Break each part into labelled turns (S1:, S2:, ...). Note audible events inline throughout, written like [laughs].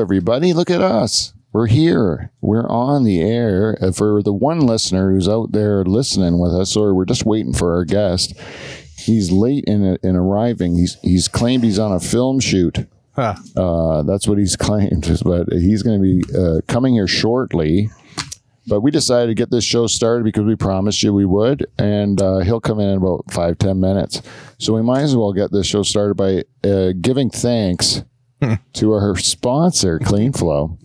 S1: everybody. Look at us. We're here. We're on the air. Uh, For the one listener who's out there listening with us, or we're just waiting for our guest, he's late in, in arriving. He's, he's claimed he's on a film shoot.
S2: Huh.
S1: Uh, that's what he's [laughs] claimed, but he's going to be uh, coming here shortly. But we decided to get this show started because we promised you we would, and uh, he'll come in in about five ten minutes. So we might as well get this show started by uh, giving thanks to our sponsor, CleanFlow.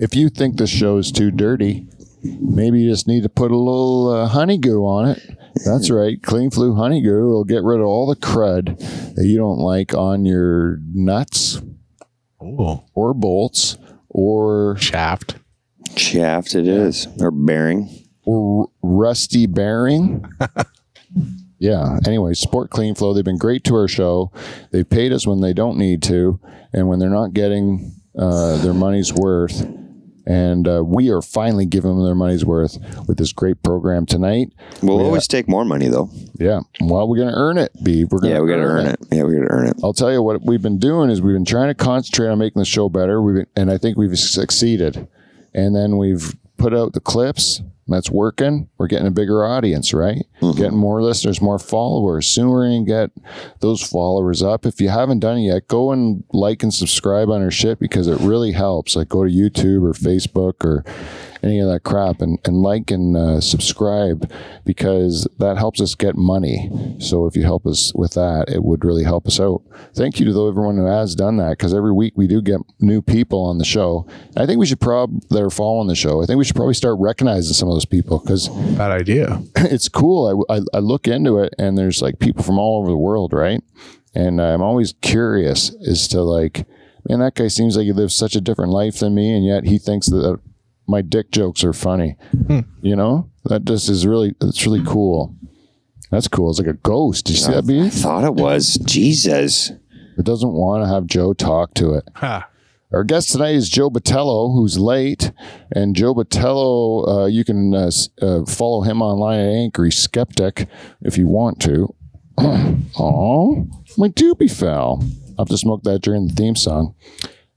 S1: If you think this show is too dirty, maybe you just need to put a little uh, honey goo on it. That's right, Clean Flu Honey Goo will get rid of all the crud that you don't like on your nuts
S2: Oh,
S1: or bolts or
S2: shaft.
S3: Shaft it is, or bearing.
S1: or Rusty Bearing. yeah. Anyway, Sport Clean Flow, they've been great to our show. They've paid us when they don't need to and when they're not getting uh, their money's worth. And uh, we are finally giving them their money's worth with this great program tonight.
S3: We'll always take more money though.
S1: Yeah. Well, we're going to earn it, B. We're gonna
S3: Yeah, we got to earn it. Yeah, we got to earn it.
S1: I'll tell you what we've been doing is we've been trying to concentrate on making the show better. We've been, and I think we've succeeded. And then we've put out the clips. and That's working. We're getting a bigger audience, right? Getting more listeners, more followers. Soon we're going to get those followers up. If you haven't done it yet, go and like and subscribe on our shit because it really helps. Like go to YouTube or Facebook or any of that crap and, and like and uh, subscribe because that helps us get money. So if you help us with that, it would really help us out. Thank you to though everyone who has done that because every week we do get new people on the show. I think we should probably that are following the show. I think we should probably start recognizing some of those people because
S2: Bad idea.
S1: [clears throat] it's cool. I, I, I look into it and there's like people from all over the world, right? And I'm always curious as to like, man, that guy seems like he lives such a different life than me, and yet he thinks that uh, my dick jokes are funny. You know, that just is really, it's really cool. That's cool. It's like a ghost. Did you see that
S3: I
S1: beef?
S3: thought it was Jesus.
S1: It doesn't want to have Joe talk to it.
S2: Ha.
S1: Our guest tonight is Joe Botello, who's late. And Joe Botello, uh, you can uh, s- uh, follow him online at Angry Skeptic if you want to. Aw, my doobie fell. I'll have to smoke that during the theme song.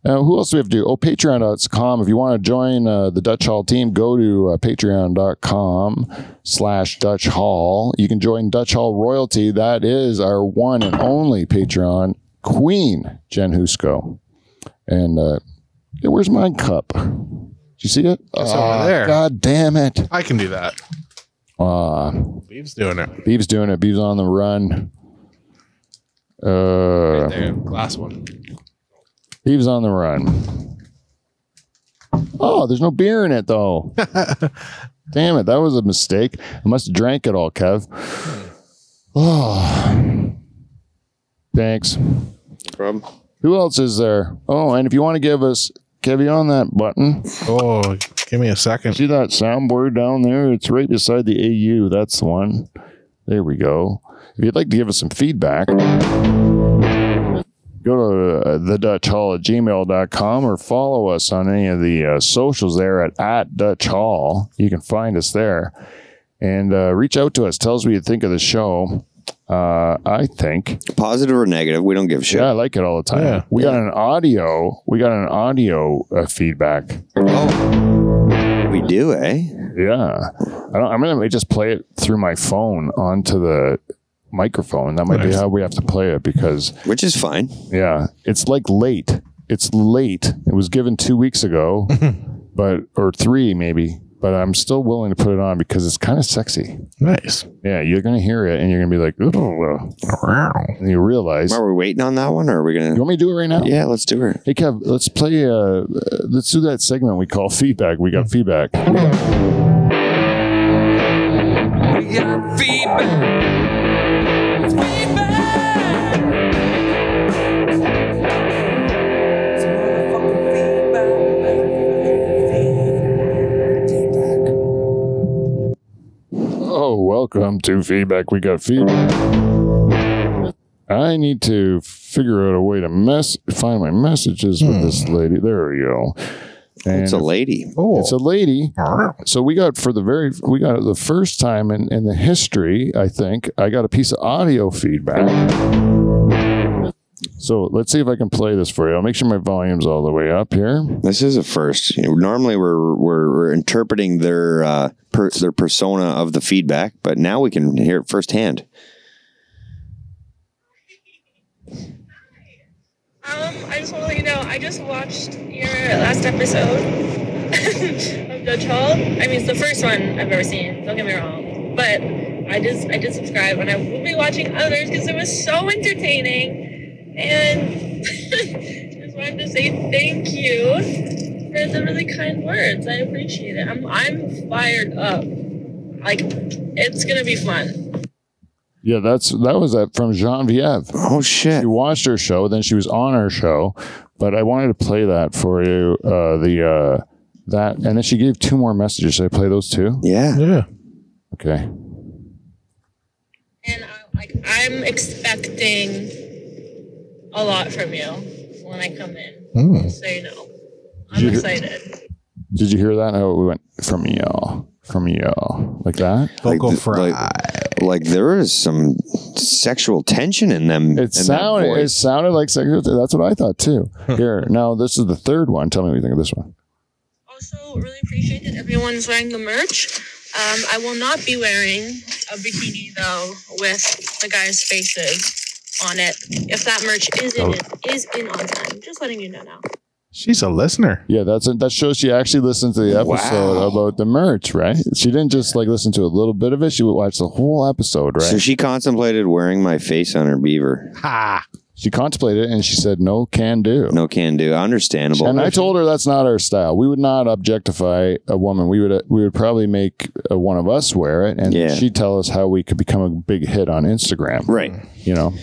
S1: Now, who else do we have to do? Oh, patreon.com. If you want to join uh, the Dutch Hall team, go to uh, patreon.com slash Dutch Hall. You can join Dutch Hall Royalty. That is our one and only Patreon queen, Jen Husko. And uh, yeah, where's my cup? Did you see it?
S2: It's over
S1: Ah,
S2: there.
S1: God damn it.
S2: I can do that.
S1: Uh,
S2: Leaves doing it.
S1: Beeb's doing it. Beeb's on the run. Uh,
S2: There, glass one.
S1: Beeb's on the run. Oh, there's no beer in it though. Damn it, that was a mistake. I must have drank it all, Kev. [sighs] Oh, thanks.
S3: From
S1: Who else is there? Oh, and if you want to give us, Kev, you on that button?
S2: Oh, give me a second.
S1: See that soundboard down there? It's right beside the AU. That's the one. There we go. If you'd like to give us some feedback, go to uh, the Dutch Hall at gmail.com or follow us on any of the uh, socials there at, at Dutch Hall. You can find us there and uh, reach out to us. Tell us what you think of the show. Uh, I think
S3: positive or negative, we don't give a shit.
S1: yeah, I like it all the time.
S2: Yeah.
S1: we got an audio. We got an audio uh, feedback.
S3: Oh, we do, eh?
S1: Yeah, I don't, I'm gonna just play it through my phone onto the microphone. That might be
S2: Nice.
S1: how we have to play it because
S3: Which is fine.
S1: yeah, it's like late. It's late. It was given two weeks ago, but or three maybe. But I'm still willing to put it on because it's kind of sexy.
S2: Nice.
S1: Yeah, you're gonna hear it and you're gonna be like, "Ooh," and you realize.
S3: Are we waiting on that one, or are we
S1: You
S3: gonna?
S1: want me to do it right now?
S3: Yeah, let's do it.
S1: Hey Kev, let's play. Uh, uh, let's do that segment we call feedback. We got feedback.
S4: We got feedback. It's feedback. It's motherfucking
S1: Oh, welcome to feedback. We got feedback. I need to figure out a way to mess find my messages with this lady. There we go. And
S3: It's a lady.
S2: Oh.
S1: it's a lady. So we got for the very we got the first time in, in the history, I think, I got a piece of audio feedback. So let's see if I can play this for you. I'll make sure my volume's all the way up here.
S3: This is a first. You know, normally we're we're, we're interpreting their uh, per, their persona of the feedback, but now we can hear it firsthand.
S5: Um, I just want to let you know, I just watched your last episode [laughs] of Judge Hall. I mean, it's the first one I've ever seen. Don't get me wrong, but I just I did subscribe, and I will be watching others because it was so entertaining. And [laughs] just wanted to say thank you for the really kind words. I appreciate it. I'm I'm fired up. Like it's gonna be fun.
S1: Yeah, that's that was that from Genevieve.
S3: Oh
S1: [laughs]
S3: shit!
S1: You watched her show, then she was on our show, but I wanted to play that for you. Uh, the uh, that and then she gave two more messages. Should I play those two?
S3: Yeah,
S2: Yeah.
S1: Okay.
S5: And I, like I'm expecting a lot from you when I come in.
S2: Mm.
S5: So you know, I'm
S1: You-
S5: excited.
S1: Did you hear that? How it went from y'all, from y'all, like that.
S2: Vocal
S3: th-
S2: fry.
S3: like, like there is some sexual tension in them. in
S1: It
S3: that
S1: sounded it
S3: voice.
S1: sounded like sexual. That's what I thought too.
S3: [laughs]
S1: Here, now this is the third one. Tell me what you think of this one.
S5: Also, really appreciate that everyone's wearing the merch. Um, I will not be wearing a bikini though with the guys' faces on it. If that merch is in, is in on time. Just letting you know now.
S2: She's a listener.
S1: Yeah, that's that shows she actually listened to the episode
S3: Wow.
S1: about the merch, right? She didn't just like listen to a little bit of it. She watched the whole episode, right?
S3: So she contemplated wearing my face on her beaver.
S2: Ha.
S1: she contemplated it and she said, "No, can do."
S3: No can do. Understandable.
S1: And I told her that's not our style. We would not objectify a woman. We would we would probably make uh, one of us wear it, and
S3: Yeah.
S1: she'd tell us how we could become a big hit on Instagram,
S3: right.
S1: You know.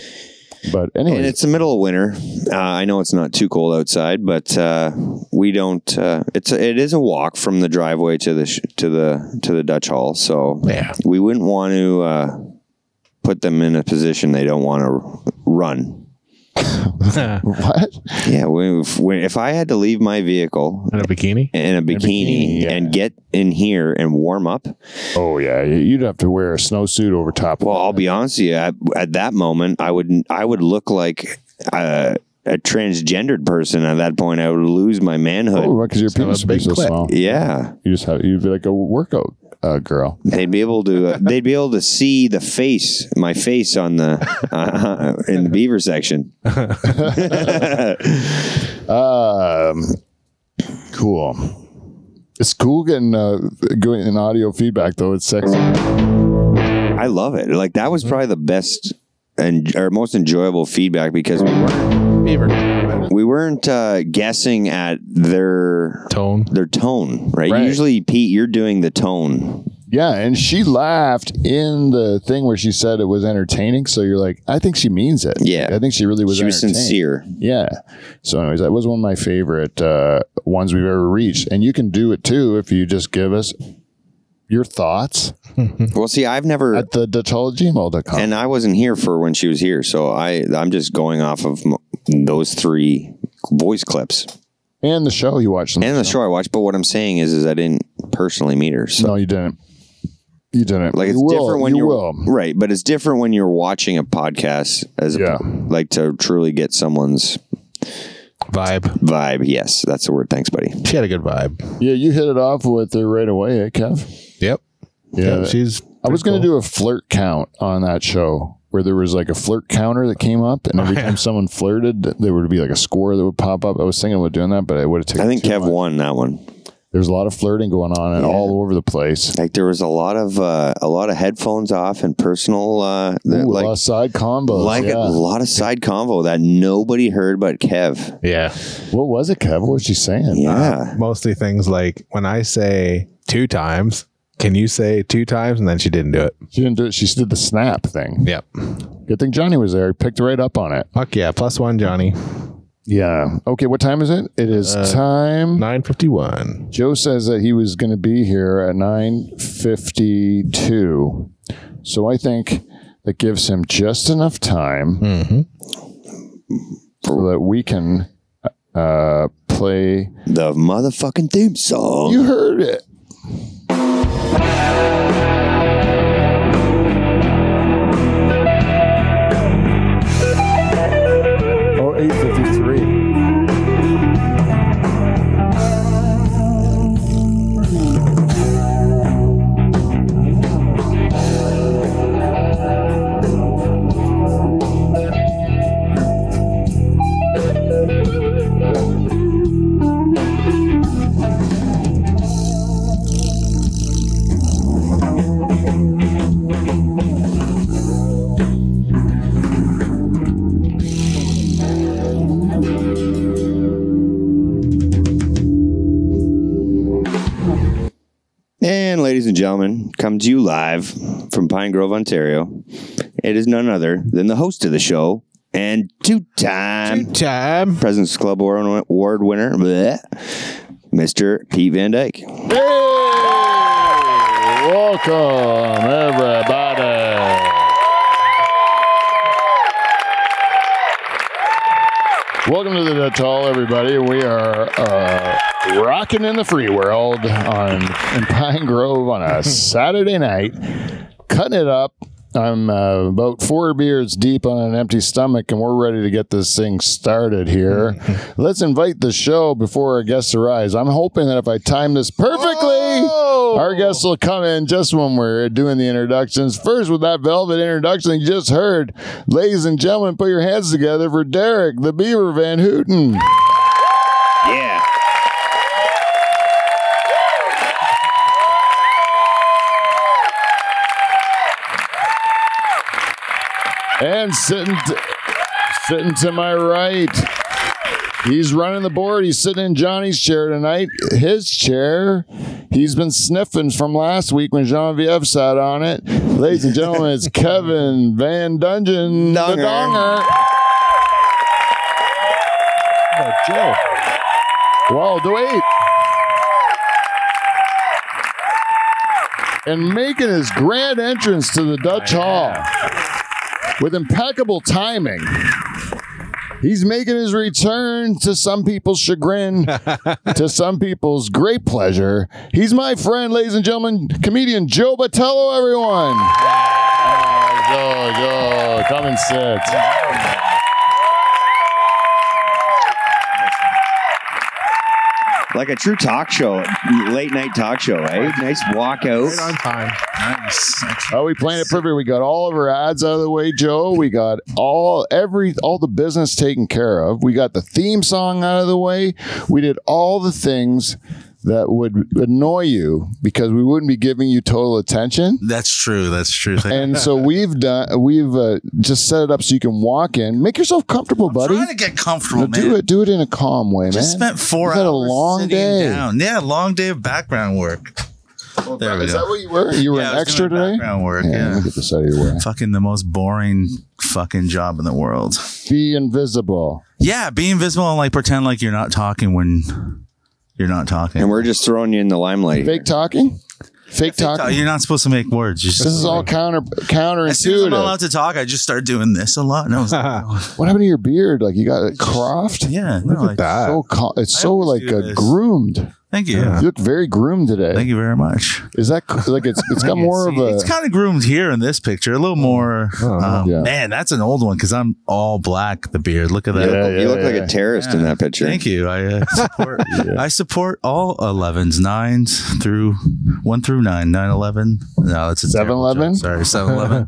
S1: But
S3: And
S1: anyway,
S3: it's the middle of winter. Uh, I know it's not too cold outside, but uh, we don't. Uh, it's a, it is a walk from the driveway to the sh- to the to the Dutch Hall, so
S2: Yeah. [laughs]
S3: we wouldn't want to uh, put them in a position they don't want to run.
S2: in
S1: what?
S3: Yeah, we, if, we, if I had to leave my vehicle
S2: a bikini.
S3: in a bikini,
S1: bikini, yeah.
S3: and get in here and warm up,
S1: Oh yeah, y- you'd have to wear a snowsuit over top.
S3: well, I'll be honest with you. At, at that moment, I would I would look like. Uh, a transgendered person at that point, I would lose my manhood.
S1: oh, because your
S2: have a
S1: penis would be
S2: big
S1: so
S2: clit.
S1: small.
S3: Yeah,
S1: You just have you'd be like a workout uh, girl.
S3: they'd be able to. uh, they'd be able to see the face, my face on the uh, in the beaver section.
S1: Um, cool. It's cool getting uh, going in audio feedback though. It's sexy.
S3: I love it. Like that was probably the best and or most enjoyable feedback because we weren't
S2: Beaver.
S3: we weren't uh, guessing at their
S2: Tone. [laughs]
S3: their tone, right?
S1: Right.
S3: Usually, Pete, you're doing the tone.
S1: Yeah, and she laughed in the thing where she said it was entertaining. So you're like, I think she means it.
S3: Yeah.
S1: I think she really was.
S3: she was
S1: entertained.
S3: sincere.
S1: Yeah. So, anyways, that was one of my favorite uh, ones we've ever reached, and you can do it too if you just give us your thoughts
S3: Well, see, I've never.
S1: at the datologmail.com.
S3: and I wasn't here for when she was here, so I I'm just going off of m- those three voice clips.
S1: and the show you watched.
S3: and the show I watched. But what I'm saying is, is I didn't personally meet her. So
S1: no, you didn't. You didn't.
S3: like,
S1: you
S3: it's
S1: will,
S3: different when
S1: you
S3: are
S1: will.
S3: right, but it's different when you're watching a podcast as
S1: Yeah.
S3: a, like to truly get someone's
S2: Vibe.
S3: vibe. Yes, that's the word. Thanks, buddy.
S2: She had a good vibe.
S1: Yeah, you hit it off with her right away, eh, Kev?
S2: Yep.
S1: Yeah.
S2: She's.
S1: I was going to do a flirt count on that show where there was like a flirt counter that came up, and every time someone flirted, th- there would be like a score that would pop up. I was thinking about doing that, but I would have taken.
S3: I think
S1: too
S3: Kev
S1: much.
S3: won that one.
S1: There's a lot of flirting going on and
S3: Yeah.
S1: all over the place.
S3: Like there was a lot of uh, a lot of headphones off and personal uh, that,
S1: Ooh,
S3: like.
S1: like, side combos.
S3: Like
S1: yeah.
S3: a lot of side convo that nobody heard but Kev.
S2: Yeah.
S1: what was it, Kev? What was she saying?
S3: Yeah.
S2: Mostly things like when I say two times, can you say two times? And then she didn't do it.
S1: She didn't do it. She just did the snap thing.
S2: Yep.
S1: Good thing Johnny was there. He picked right up on it.
S2: Fuck yeah. Plus one, Johnny.
S1: Yeah. Okay. What time is it? It is time.
S2: 951.
S1: Joe says that he was going to be here at 9:52. So I think that gives him just enough time
S2: Mm-hmm.
S1: so that we can uh, play
S3: The motherfucking theme song.
S1: You heard it.
S3: and gentlemen, comes to you live from Pine Grove, Ontario. It is none other than the host of the show and two-time
S2: Time.
S3: President's Club Award award winner, bleh, Mr. Pete Van Dyke.
S1: Hey! Welcome, everybody. Welcome to the Dutch Hall, everybody. We are uh, rocking in the free world on in Pine Grove on a Saturday night, cutting it up. I'm uh, about four beers deep on an empty stomach, and we're ready to get this thing started here. Let's invite the show before our guests arrives. I'm hoping that if I time this perfectly, our guests will come in just when we're doing the introductions. First, with that velvet introduction you just heard, ladies and gentlemen, put your hands together for Derek the Beaver Van Hooten.
S3: Yeah.
S1: And sitting t- sitting to my right, he's running the board. He's sitting in Johnny's chair tonight. His chair, he's been sniffing from last week when Genevieve sat on it. Ladies and gentlemen, it's Kevin Van Dungeon, the
S3: Donger.
S1: Donger.
S2: Joe.
S1: Wow, do wait. And making his grand entrance to the Dutch Hall with impeccable timing. He's making his return to some people's chagrin, to some people's great pleasure. He's my friend, ladies and gentlemen, comedian Joe Batello, everyone. Joe, Joe, come and sit.
S3: Like a true talk show, late night talk show, eh? Nice
S2: Right on [laughs]
S3: walkout.
S2: time.
S4: Nice.
S1: Oh, we planned it perfect. We got all of our ads out of the way, Joe. We got all every all the business taken care of. We got the theme song out of the way. We did all the things that would annoy you because we wouldn't be giving you total attention.
S4: That's true. That's true. Thank
S1: And
S4: [laughs]
S1: so we've done. We've uh, just set it up so you can walk in. Make yourself comfortable, buddy.
S4: Trying to get comfortable,
S1: No,
S4: man.
S1: do it. Do it in a calm way,
S4: Just
S1: man.
S4: spent four
S1: You've
S4: hours.
S1: had a long
S4: sitting
S1: day.
S4: Down. Yeah, long day of background work. There we
S1: Is
S4: go.
S1: that what you were? You were
S4: Yeah, I
S1: an
S4: was
S1: extra
S4: doing
S1: today.
S4: Background work.
S1: Yeah, let
S4: Yeah.
S1: me get this out of your way.
S4: Fucking the most boring fucking job in the world.
S1: Be invisible.
S4: Yeah, be invisible and like pretend like you're not talking when you're not talking.
S3: And we're just throwing you in the limelight.
S1: Fake talking. Fake talking.
S4: uh, You're not supposed to make words. You're
S1: This is all counter
S4: As soon as I'm not
S1: counterintuitive.
S4: allowed to talk, I just start doing this a lot. No,
S1: What happened to your beard? Like you got it cropped?
S4: [laughs] yeah, no, like,
S2: That.
S1: So co- it's
S4: I
S1: so
S4: always
S1: like
S4: do
S1: uh,
S4: this.
S1: groomed.
S4: thank you.
S1: You look very groomed today.
S4: Thank you very much.
S1: Is that c- like it's
S4: [laughs]
S1: it's got more of a Oh.
S4: It's kind of groomed here in this picture, a little more. um,
S1: yeah.
S4: Man, that's an old one because I'm all black. The beard. Look at
S3: You
S4: that.
S3: look,
S1: Yeah,
S3: you
S1: yeah,
S3: look like
S1: yeah.
S3: a terrorist in
S4: Yeah.
S3: that picture.
S4: Thank you. I uh,
S1: [laughs]
S4: support. I support all 11s, nines through one through nine, nine eleven. No, that's a terrible
S1: 7-Eleven?
S4: joke. Sorry,
S1: [laughs]
S4: seven eleven.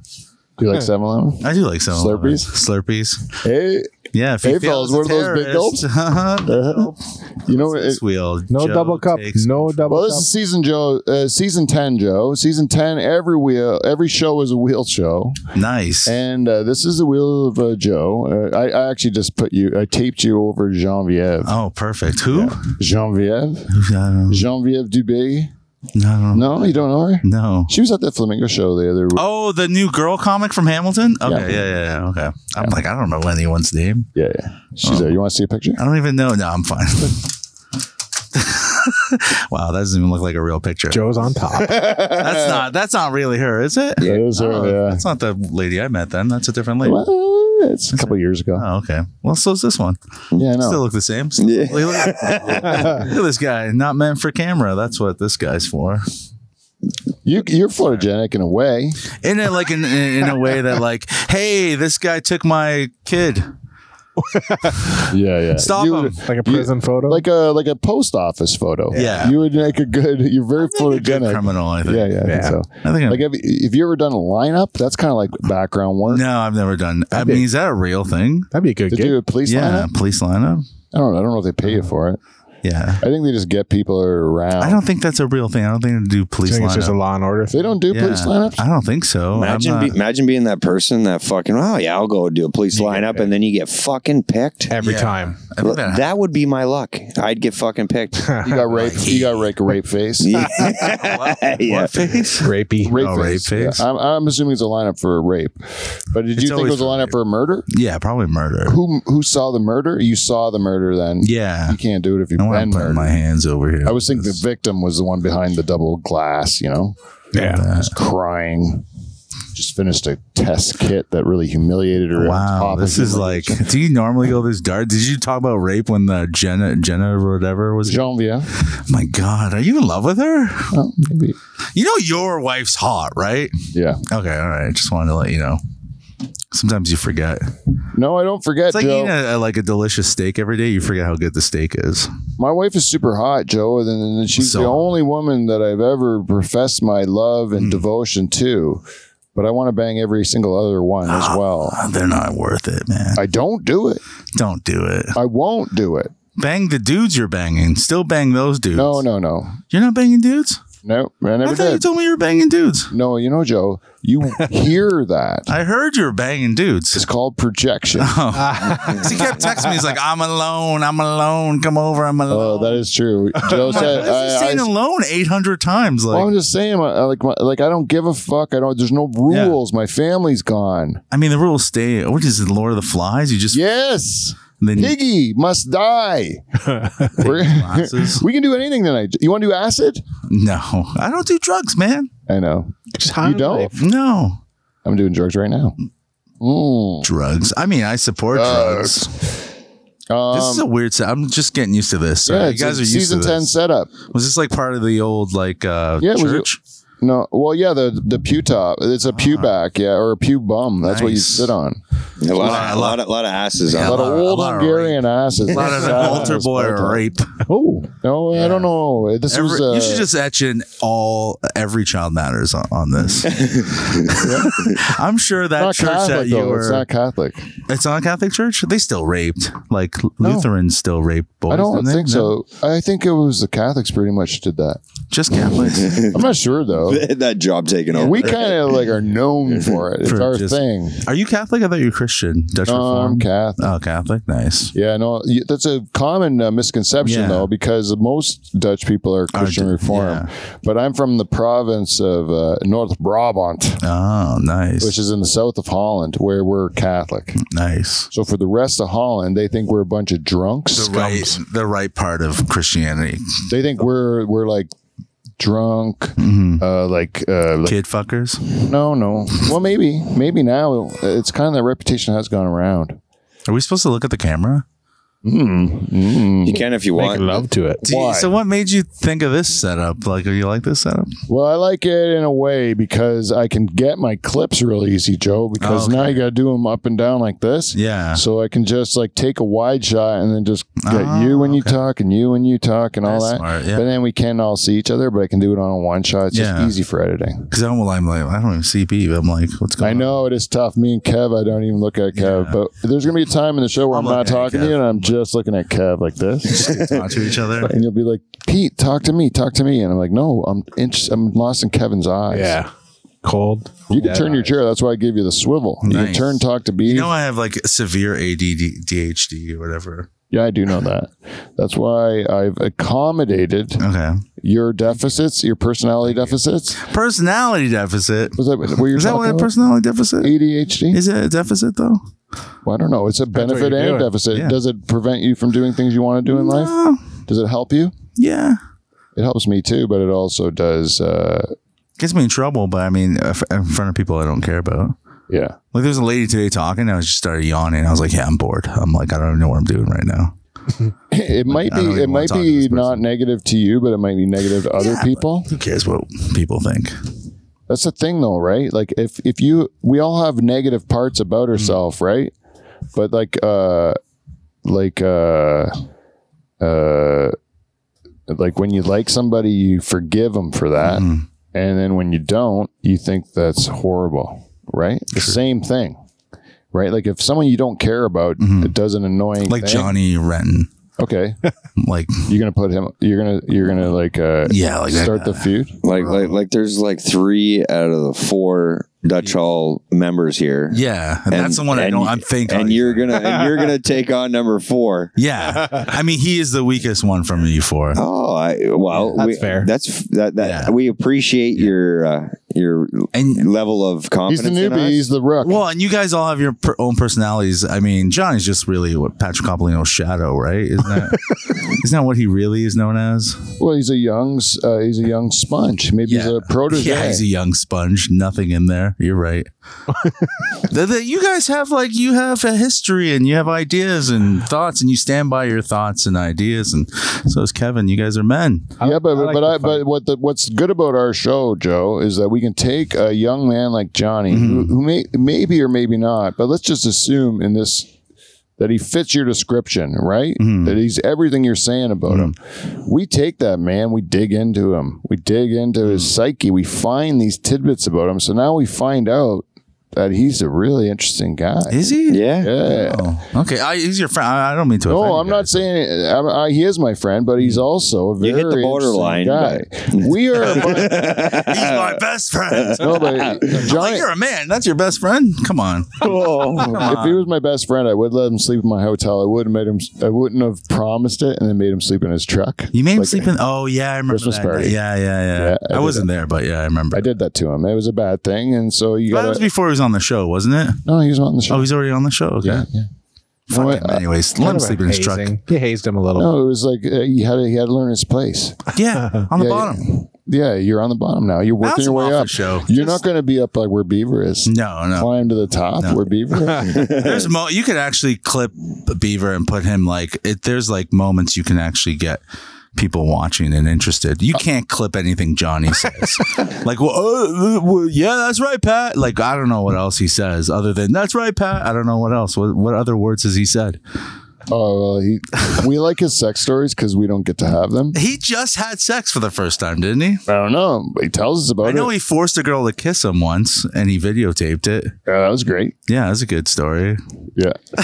S1: do you like 7-Eleven?
S4: I do like seven.
S1: Slurpees?
S4: Slurpees.
S1: Hey,
S4: Yeah. If
S1: Hey,
S4: you feel
S1: fellas,
S4: as a
S1: what are those big
S4: terrorist, [laughs]
S1: uh, you know it,
S4: this wheel.
S2: No
S4: Joe
S2: double cup.
S4: takes-
S2: No double
S1: well, this
S2: cup.
S1: is season Joe, uh, season ten, Joe. Season ten. Every wheel, every show is a wheel show,
S4: Nice.
S1: and uh, this is the wheel of uh, Joe. Uh, I, I actually just put you, I taped you over Genevieve,
S4: oh, perfect. Who?
S1: Genevieve,
S4: I don't
S1: Genevieve Dubé.
S4: know. No.
S1: No, you don't know her.
S4: No.
S1: She was at the flamingo show the other week.
S4: Oh, the new girl comic from Hamilton? Okay, yeah, yeah, yeah. okay. I'm like, I don't know anyone's name.
S1: Yeah, yeah.
S4: Oh.
S1: She's there. You want to see a picture?
S4: I don't even know. No,
S1: [laughs]
S4: I'm fine. [laughs] wow, that doesn't even look like a real picture.
S2: Joe's on top.
S4: That's not that's not really her, is it?
S1: Yeah, it is her.
S4: Oh,
S1: yeah.
S4: That's not the lady I met then. That's a different lady.
S1: Well, it's a couple years ago.
S4: Oh, okay. Well, so is this one.
S1: Yeah, I know.
S4: Oh. Still look
S1: [laughs]
S4: the same.
S3: Yeah.
S4: Look, look- look at this guy. Not meant for camera. That's what this guy's for.
S1: you, you're photogenic in a way.
S4: in it like in, in, in a way that like hey this guy took my kid
S1: Yeah, yeah.
S4: Stop
S1: you,
S4: him.
S1: would-
S2: Like a prison photo.
S1: Like a like a post office photo.
S4: Yeah.
S1: You would make a good. You're very
S4: Good
S1: photogenic.
S4: criminal i think
S1: Yeah, yeah, I think
S2: Yeah.
S1: so.
S4: i think I'm,
S1: Like, have, you- have you ever done a lineup? That's kind of like background work.
S4: no i've never done i
S2: That'd
S4: mean
S2: be-
S4: is that a real thing
S2: That'd be a good
S1: To
S2: gig.
S1: do a police
S4: yeah
S1: lineup?
S4: police lineup
S1: I don't know. I don't know if they pay you for it.
S4: Yeah.
S1: I think they just get people around.
S4: I don't think that's a real thing. I don't think they do police
S2: think it's just a
S4: lineup.
S2: law and order.
S1: they don't do
S4: Yeah.
S1: police lineups.
S4: I don't think so. Oh, I'm
S3: Imagine,
S4: not-
S3: be, imagine being that person that fucking, oh, yeah, I'll go do a police
S2: You get
S3: lineup
S2: picked.
S3: and then you get fucking picked.
S2: Every
S4: Yeah.
S2: time.
S4: I've
S3: Look,
S4: been-
S3: That would be my luck. I'd get fucking
S4: [laughs]
S3: picked. [laughs]
S1: You got rape. You got rape. Rape face.
S3: yeah. [laughs]
S1: [laughs]
S3: yeah.
S4: What face?
S2: Rapey.
S1: Rape
S4: Oh,
S1: face.
S4: rape face.
S1: Yeah, I'm, I'm assuming it's a lineup for a rape. But did
S4: It's
S1: you think it
S4: always
S1: was a
S4: for a
S1: lineup
S4: rape.
S1: for a murder?
S4: Yeah, probably murder.
S1: Who who saw the murder? You saw the murder then.
S4: Yeah.
S1: You can't do it if you've
S4: I want
S1: been
S4: to put
S1: murdered.
S4: my hands over here.
S1: I was thinking the victim was the one behind the double glass, you know,
S2: Yeah.
S1: just crying. Just finished a test kit that really humiliated her. on top
S4: Wow,
S1: of
S4: this
S1: the-
S4: is like. Do you normally go this dark? Did you talk about rape when the Jenna, Jenna or whatever was?
S1: Jeanvia.
S4: My God, are you in love with her?
S1: Oh, maybe.
S4: You know your wife's hot, right?
S1: Yeah.
S4: Okay, all right. Just wanted to let you know. Sometimes you forget.
S1: No, I don't forget,
S4: It's like
S1: Joe.
S4: eating a, a- like a delicious steak every day. You forget how good the steak is.
S1: My wife is super hot, Joe, and, and she's the
S4: So- Hmm.
S1: only woman that I've ever professed my love and devotion to. But I want to bang every single other one as well.
S4: Uh, They're not worth it, man.
S1: I don't do it.
S4: Don't do it.
S1: I won't do it.
S4: Bang the dudes you're banging. Still bang those dudes.
S1: No, no, no,
S4: You're not banging dudes?
S1: no. I
S4: I
S1: never
S4: thought you
S1: did.
S4: told me you were banging dudes.
S1: No, you know, Joe,
S4: [laughs]
S1: you hear that?
S4: I heard you were banging
S1: It's
S4: dudes.
S1: called
S4: [laughs]
S1: projection.
S4: he
S3: [laughs]
S4: kept texting me. He's like, I'm alone. I'm alone. Come over. I'm
S1: Oh,
S4: alone.
S1: that is
S4: [laughs]
S1: true. Joe said,
S4: Why is
S1: I,
S4: he
S1: I,
S4: saying alone 800 times? Like,
S1: well, I'm just saying, I- I like, my, like I don't give a fuck. I don't. There's no
S4: Yeah.
S1: rules. My family's gone.
S4: I mean, the rules stay. What is it, Lord of the Flies? You just
S1: Yes,
S4: then you
S1: Piggy must
S4: [laughs]
S1: die. We're-
S4: glasses.
S1: [laughs] we can do anything tonight. You want to do acid?
S4: No, I don't do drugs, man.
S1: I know.
S2: Just high
S1: You don't?
S2: life.
S4: No
S1: I'm doing drugs right now. Mm.
S4: drugs. I mean, I support drugs.
S1: Um,
S4: This is a weird set. I'm just getting used to this.
S1: yeah,
S4: you
S1: it's a
S4: guys are used
S1: season
S4: to
S1: ten
S4: this.
S1: setup.
S4: Was this like part of the old like uh,
S1: Yeah, it was-
S4: church?
S1: [laughs] No, well, yeah, the the pew top. It's a pew back, yeah, or a pew bum. That's what you
S4: Ah. Nice.
S1: sit on.
S3: A lot,
S4: lot-
S3: of, a lot, of, lot of asses
S4: Yeah,
S1: A
S3: on.
S1: lot
S4: lot
S1: of
S4: of-
S1: old
S4: a lot of
S1: Hungarian asses.
S4: a lot of altar boy rape.
S1: Oh no, I don't know. This
S4: Every-
S1: was uh,
S4: you should just etch in all every child matters on,
S1: [laughs]
S4: on this. I'm sure that
S1: not
S4: church that
S1: Catholic
S4: you
S1: though.
S4: were.
S1: It's not Catholic.
S4: It's not a Catholic church. They still raped. Like Lutherans still rape boys.
S1: I don't
S4: didn't they?
S1: think
S4: No?
S1: so. I think it was the Catholics pretty much did that. [laughs]
S4: Just Catholics.
S1: I'm not sure though.
S3: [laughs] that job taken over.
S1: We kind of like are
S4: [laughs]
S1: known for it. It's
S4: For
S1: our
S4: just-
S1: thing.
S4: Are you Catholic? I thought you were Christian. Dutch
S1: No, I'm
S4: Reformed.
S1: Catholic.
S4: oh, Catholic. Nice.
S1: Yeah, no, y- that's a common uh, misconception
S4: Yeah.
S1: though, because most Dutch people are Christian
S4: d-
S1: Reform. But I'm from the province of uh, North Brabant,
S4: Oh, nice.
S1: which is in the south of Holland, where we're Catholic.
S4: nice.
S1: So for the rest of Holland, they think we're a bunch of drunks.
S4: The right, the right part of Christianity.
S1: They think we're we're like drunk,
S4: Mm-hmm.
S1: uh, like, uh, like
S4: Kid fuckers.
S1: no, no. Well, maybe, maybe now uh, it's kind of the reputation has gone around. Hmm,
S4: Are we supposed to look at the camera?
S3: you can if you
S2: Make
S3: want.
S2: love to it.
S4: Do you-
S1: Why?
S4: so, what made you think of this setup? Like, do you like this setup?
S1: Well, I like it in a way because I can get my clips real easy, Joe. Because now you got to do them up and down like this.
S4: Yeah.
S1: So I can just like take a wide shot and then just get you when you talk and you when you talk and all
S4: Oh, That's
S1: that.
S4: smart, yeah.
S1: But then we can all see each other, but I can do it on a one shot. It's just
S4: Yeah.
S1: easy for editing.
S4: Because I'm like, I'm like, I don't even see Beeb. I'm like, what's going
S1: I know it is tough. Me and Kev, I don't even look at Kev, but there's gonna be a time in the show where I'm,
S4: I'm
S1: not
S4: looking at
S1: talking to
S4: Kev.
S1: you and I'm just looking at Kev like
S4: [laughs]
S1: this,
S4: on? Talk to each [laughs] other.
S1: and you'll be like, "Pete, talk to me, talk to me," and I'm like, "No, I'm inch- I'm lost in Kevin's eyes."
S2: Yeah. Cold.
S1: You can
S2: Dead
S1: turn your
S2: eyes.
S1: chair. That's why I give you the swivel. You can
S4: Nice.
S1: turn, talk to B.
S4: You know, I have like severe ADD, DHD, or whatever.
S1: yeah, I do know that. That's why I've accommodated
S4: Okay.
S1: your deficits, your personality deficits.
S4: Personality deficit.
S1: Was that what you're
S4: Is that
S1: talking
S4: what a
S1: about?
S4: personality deficit?
S1: ADHD?
S4: Is it a deficit though?
S1: well, I don't know. It's a
S2: what
S1: benefit
S2: you're
S1: and a
S2: doing.
S1: deficit.
S4: Yeah.
S1: Does it prevent you from doing things you want to do in life?
S4: Oh,
S1: Does it help you?
S4: yeah.
S1: It helps me too, but it also does. Uh,
S4: Gets me in trouble, but I mean, uh, f- in front of people I don't care about.
S1: yeah. [laughs]
S4: Like there's a lady today talking. I was just started yawning. I was like, yeah, I'm bored. I'm like, I don't even know what I'm doing right now.
S1: It might
S4: I don't
S1: be. It
S4: even wanna
S1: might
S4: talk to this
S1: be
S4: person.
S1: not negative to you, but it might be negative to other
S4: Yeah, but-
S1: people.
S4: Who cares what people think?
S1: That's the thing though, right? Like if if you we all have negative parts about
S4: Hmm.
S1: ourselves, right? But like uh like uh uh like when you like somebody, you forgive them for that.
S4: Hmm.
S1: And then when you don't, you think that's horrible, right? The same thing. Right? Like if someone you don't care about does an annoying
S4: Hmm. Like
S1: thing,
S4: Johnny Renton. [laughs]
S1: Okay,
S4: Like,
S1: you're gonna put him. You're gonna you're gonna like uh,
S4: yeah, like that
S1: start
S4: guy.
S1: the feud.
S3: Like, like, like, there's like three out of the four Dutch Hall members here.
S4: Yeah, and,
S3: And-
S4: that's the one I
S3: and-
S4: don't. I'm thinking.
S3: and you're gonna and you're
S4: [laughs]
S3: gonna take on number four.
S4: Yeah, I mean, he is the weakest one from you four.
S3: Oh, I, well,
S2: That's
S3: we,
S2: fair.
S3: That's that. that
S4: Yeah.
S3: We appreciate your uh, your
S4: And
S3: level of
S1: He's
S3: confidence.
S1: the
S3: in us.
S1: newbie. He's the rook.
S4: well, and you guys all have your per- own personalities. I mean, Johnny's just really what Patrick Coppolino's shadow, right? Isn't that isn't that what he really is known as?
S1: Well, he's a young s- uh, he's a young sponge. Maybe he's
S4: Yeah.
S1: a protege.
S4: Yeah, he's a young sponge. Nothing in there. You're right. Th- th- you guys have like you have a history and you have ideas and thoughts and you stand by your thoughts and ideas and so is Kevin. You guys are men.
S1: yeah, but
S2: I like
S1: but
S2: the
S1: I,
S2: fight.
S1: but what the what's good about our show, Joe, is that we can take a young man like Johnny, who, who may maybe or maybe not, but let's just assume in this that he fits your description, right? That he's everything you're saying about him. We take that man, we dig into him, we dig into his psyche, we find these tidbits about him. So now we find out that he's a really interesting guy.
S4: Is he?
S3: Yeah.
S1: [laughs] Yeah.
S4: Oh, okay. I, he's your friend. I, I don't mean to. offend
S1: No,
S4: you
S1: I'm not
S4: guys. Mm.
S1: saying I'm, I, he is my friend, but he's also a very
S3: You hit the borderline,
S1: interesting guy. We
S3: [laughs]
S1: are
S4: He's
S1: [laughs]
S4: my best friend.
S1: no, but
S4: Like,
S1: Johnny. Oh,
S4: you're a man. That's your best friend.
S1: [laughs]
S4: Come on.
S1: If he was my best friend, I would let him sleep in my hotel. I would have made him. I wouldn't have promised it, and then made him sleep in his truck.
S4: You made him
S1: Like-
S4: sleep in. Oh yeah, I remember
S1: Christmas
S4: that.
S1: party.
S4: Yeah, yeah, yeah.
S1: Yeah, I
S4: I,
S1: did
S4: wasn't there, but yeah, I remember.
S1: I did that to him. It was a bad thing, and so you
S4: That was
S1: got. to
S4: before he was on the show, wasn't it?
S1: No, he was on the show.
S4: Oh, he's already on the show. Okay.
S1: yeah, yeah.
S4: Fuck
S1: No,
S4: him.
S1: I-
S4: Anyways, let him sleep in his truck.
S2: Hazing. He hazed him a
S4: Oh,
S2: little.
S1: No, it was like uh, he had. To, he had to learn his place.
S4: Yeah, on the
S1: Yeah,
S4: bottom.
S1: Yeah, you're on the bottom now. You're working
S4: Bounce
S1: your
S4: him
S1: way
S4: off
S1: up.
S4: the show.
S1: You're not going to be up like where Beaver is.
S4: No, no.
S1: Climb to the top
S4: No.
S1: where Beaver.
S4: [laughs]
S1: is.
S4: There's mo- you could actually clip Beaver and put him like it, there's like moments you can actually get people watching and interested. You can't clip anything
S1: [laughs]
S4: Johnny says. like, well, uh, uh, well, yeah, that's right, Pat. Like, I don't know what else he says other than that's right, Pat. I don't know what else. What, what other words has he said?
S1: oh, well, he. We like his sex stories because we don't get to have them.
S4: He just had sex for the first time, didn't he?
S1: [laughs] I don't know. He tells us about
S4: I know
S1: it.
S4: he forced a girl to kiss him once, and he videotaped it.
S1: Yeah, that was great.
S4: Yeah, that's a good story.
S1: Yeah.
S4: [laughs]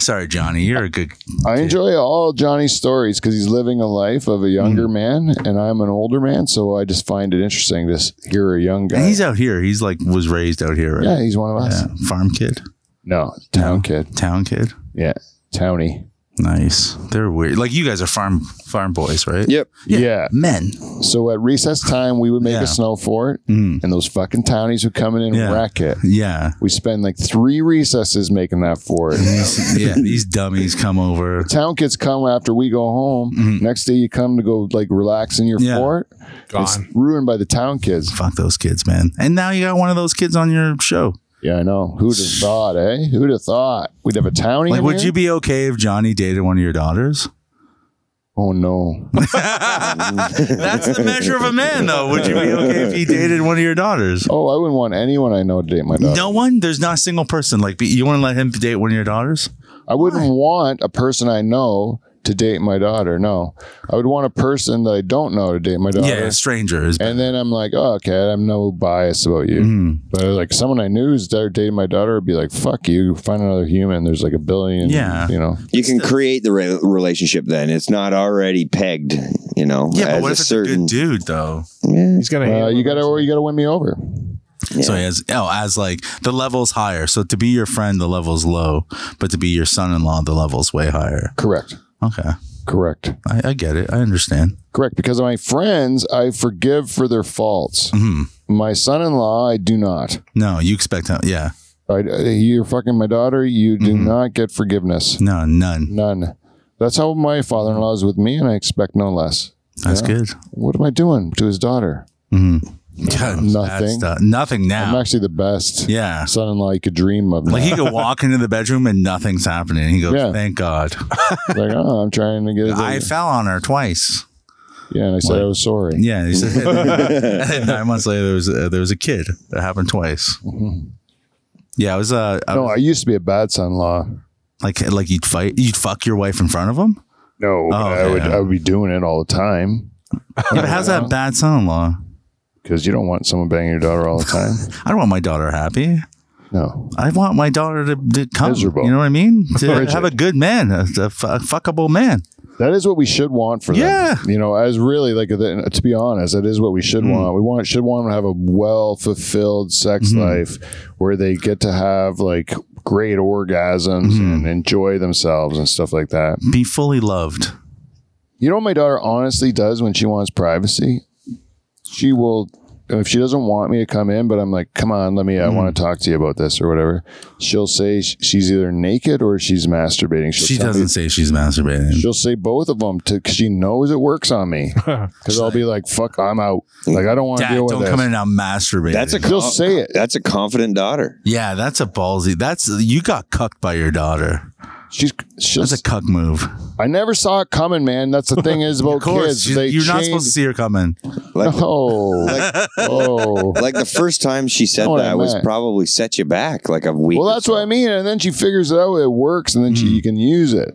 S4: Sorry, Johnny, you're a good.
S1: I enjoy all Johnny's stories because he's living a life of a younger man, and I'm an older man, so I just find it interesting to s- hear a young
S4: And
S1: guy.
S4: he's out here. He's like was raised out here, right?
S1: yeah, he's one of us.
S4: Yeah, farm kid,
S1: No, town
S4: No.
S1: kid.
S4: town kid.
S1: Yeah, townie.
S4: Nice. They're weird. Like you guys are farm farm boys, right?
S3: Yep.
S1: Yeah.
S4: Men.
S1: So at recess time, we would make
S4: Yeah.
S1: a snow fort,
S4: Mm.
S1: and those fucking townies would come in and
S4: Yeah.
S1: wreck it.
S4: Yeah.
S1: We spend like three recesses making that fort.
S4: [laughs] These,
S1: [laughs]
S4: yeah. These dummies come over.
S1: town kids come after we go home. Next day, you come to go like relax in your
S4: Mm-hmm. Yeah.
S1: fort. It's
S2: Gone.
S1: ruined by the town kids.
S4: Fuck those kids, man. And now you got one of those kids on your show.
S1: Yeah, I know. Who'd have thought, eh? Who'd have thought we'd have a townie?
S4: Like,
S1: in
S4: would
S1: here?
S4: you be okay if Johnny dated one of your daughters?
S1: [laughs] Oh no.
S4: That's the measure of a man, though. Would you be okay if he dated one of your daughters?
S1: Oh, I wouldn't want anyone I know to date my daughter.
S4: No one. There's not a single person. Like, be- you want to let him date one of your daughters?
S1: I wouldn't want a person I know to date my daughter. No. I would want a person that I don't know to date my daughter.
S4: Yeah, a stranger is.
S1: And then I'm like, oh, okay, I'm no bias about you.
S4: Mm-hmm.
S1: But like someone I knew is da- dating my daughter would be like, fuck you, find another human. There's like a billion.
S4: Yeah.
S1: You know.
S3: [laughs] You can create the re- relationship. Then it's not already pegged. You know. as
S4: yeah, but what
S3: a
S4: if it's a
S3: certain,
S4: good dude though?
S3: Yeah.
S2: He's gonna.
S1: Uh,
S2: haze
S1: you
S2: him.
S1: gotta you gotta win me over.
S4: So as oh, as like the level's higher. So to be your friend, the level's low, but to be your son-in-law, the level's way higher.
S1: Correct.
S4: Okay,
S1: Correct.
S4: I, I get it. I understand.
S1: Correct. Because my friends I forgive for their faults.
S4: Mhm.
S1: My son in law, I do not.
S4: No, you expect him. Yeah,
S1: I, you're fucking my daughter. You do not get forgiveness.
S4: no, none.
S1: None. That's how my father in law is with me, and I expect no less.
S4: That's good. Mm-hmm.
S1: What am I doing to his daughter?
S4: God,
S1: Nothing.
S4: bad stuff. Nothing now.
S1: I'm actually the best
S4: yeah.
S1: son in law you could dream of. Now.
S4: Like he could walk into the bedroom and nothing's happening. He goes,
S1: Yeah.
S4: "Thank God,
S1: like, oh, I'm trying to get [laughs] it.
S4: I fell on her twice."
S1: yeah, and I said I was sorry.
S4: Yeah, he said, [laughs] and then nine months later, there was uh, there was a kid that happened twice. Yeah, it was uh, I
S1: Mm-hmm. No,
S4: was-
S1: I used to be a bad son in law.
S4: like like you'd fight, you'd fuck your wife in front of him.
S1: No, but I
S4: okay.
S1: would I would be doing it all the time
S4: Yeah, but how's that bad son-in-law? [laughs]
S1: because you don't want someone banging your daughter all the time.
S4: I don't want my daughter happy.
S1: No.
S4: I want my daughter to, to come.
S1: Miserable.
S4: You know what
S1: [laughs]
S4: I mean? To
S1: Frigid.
S4: have a good man, a, a fu- a fuckable man.
S1: That is what we should want for
S4: Yeah. Mm.
S1: them. You know, as really like the, to be honest, that is what we should want. We want should want to have a well fulfilled sex
S4: Mm-hmm.
S1: life where they get to have like great orgasms
S4: Mm-hmm.
S1: and enjoy themselves and stuff like that.
S4: Be fully loved.
S1: You know what my daughter honestly does when she wants privacy? She will if she doesn't want me to come in, but I'm like, come on, let me. I
S4: Mm.
S1: want to talk to you about this or whatever. She'll say sh- she's either naked or she's masturbating. She'll
S4: She
S1: tell me-
S4: doesn't say she's masturbating.
S1: She'll say both of them because she knows it works on
S4: [laughs]
S1: me. Because I'll be like, "Fuck, I'm out." Like I don't want to
S4: Dad,
S1: deal with
S4: don't
S1: this.
S4: come in and I'm masturbating.
S3: That's a
S1: She'll say it.
S3: That's a confident daughter.
S4: yeah, that's a ballsy. That's you got cucked by your daughter.
S1: She's she'll.
S4: That's a cuck move.
S1: I never saw it coming, man. That's the thing is about
S4: [laughs] Of course,
S1: kids.
S4: you-
S1: they
S4: you're not
S1: change-
S4: supposed to see her coming.
S3: Like,
S1: [laughs] No.
S4: [laughs]
S1: oh.
S3: like the first time she said
S1: Know [laughs] what I
S3: that was
S1: meant.
S3: probably set you back like a week.
S1: Well,
S3: or
S1: that's what
S3: so.
S1: I mean. And then she figures it out. It works, and then
S4: Hmm.
S1: she you can use it.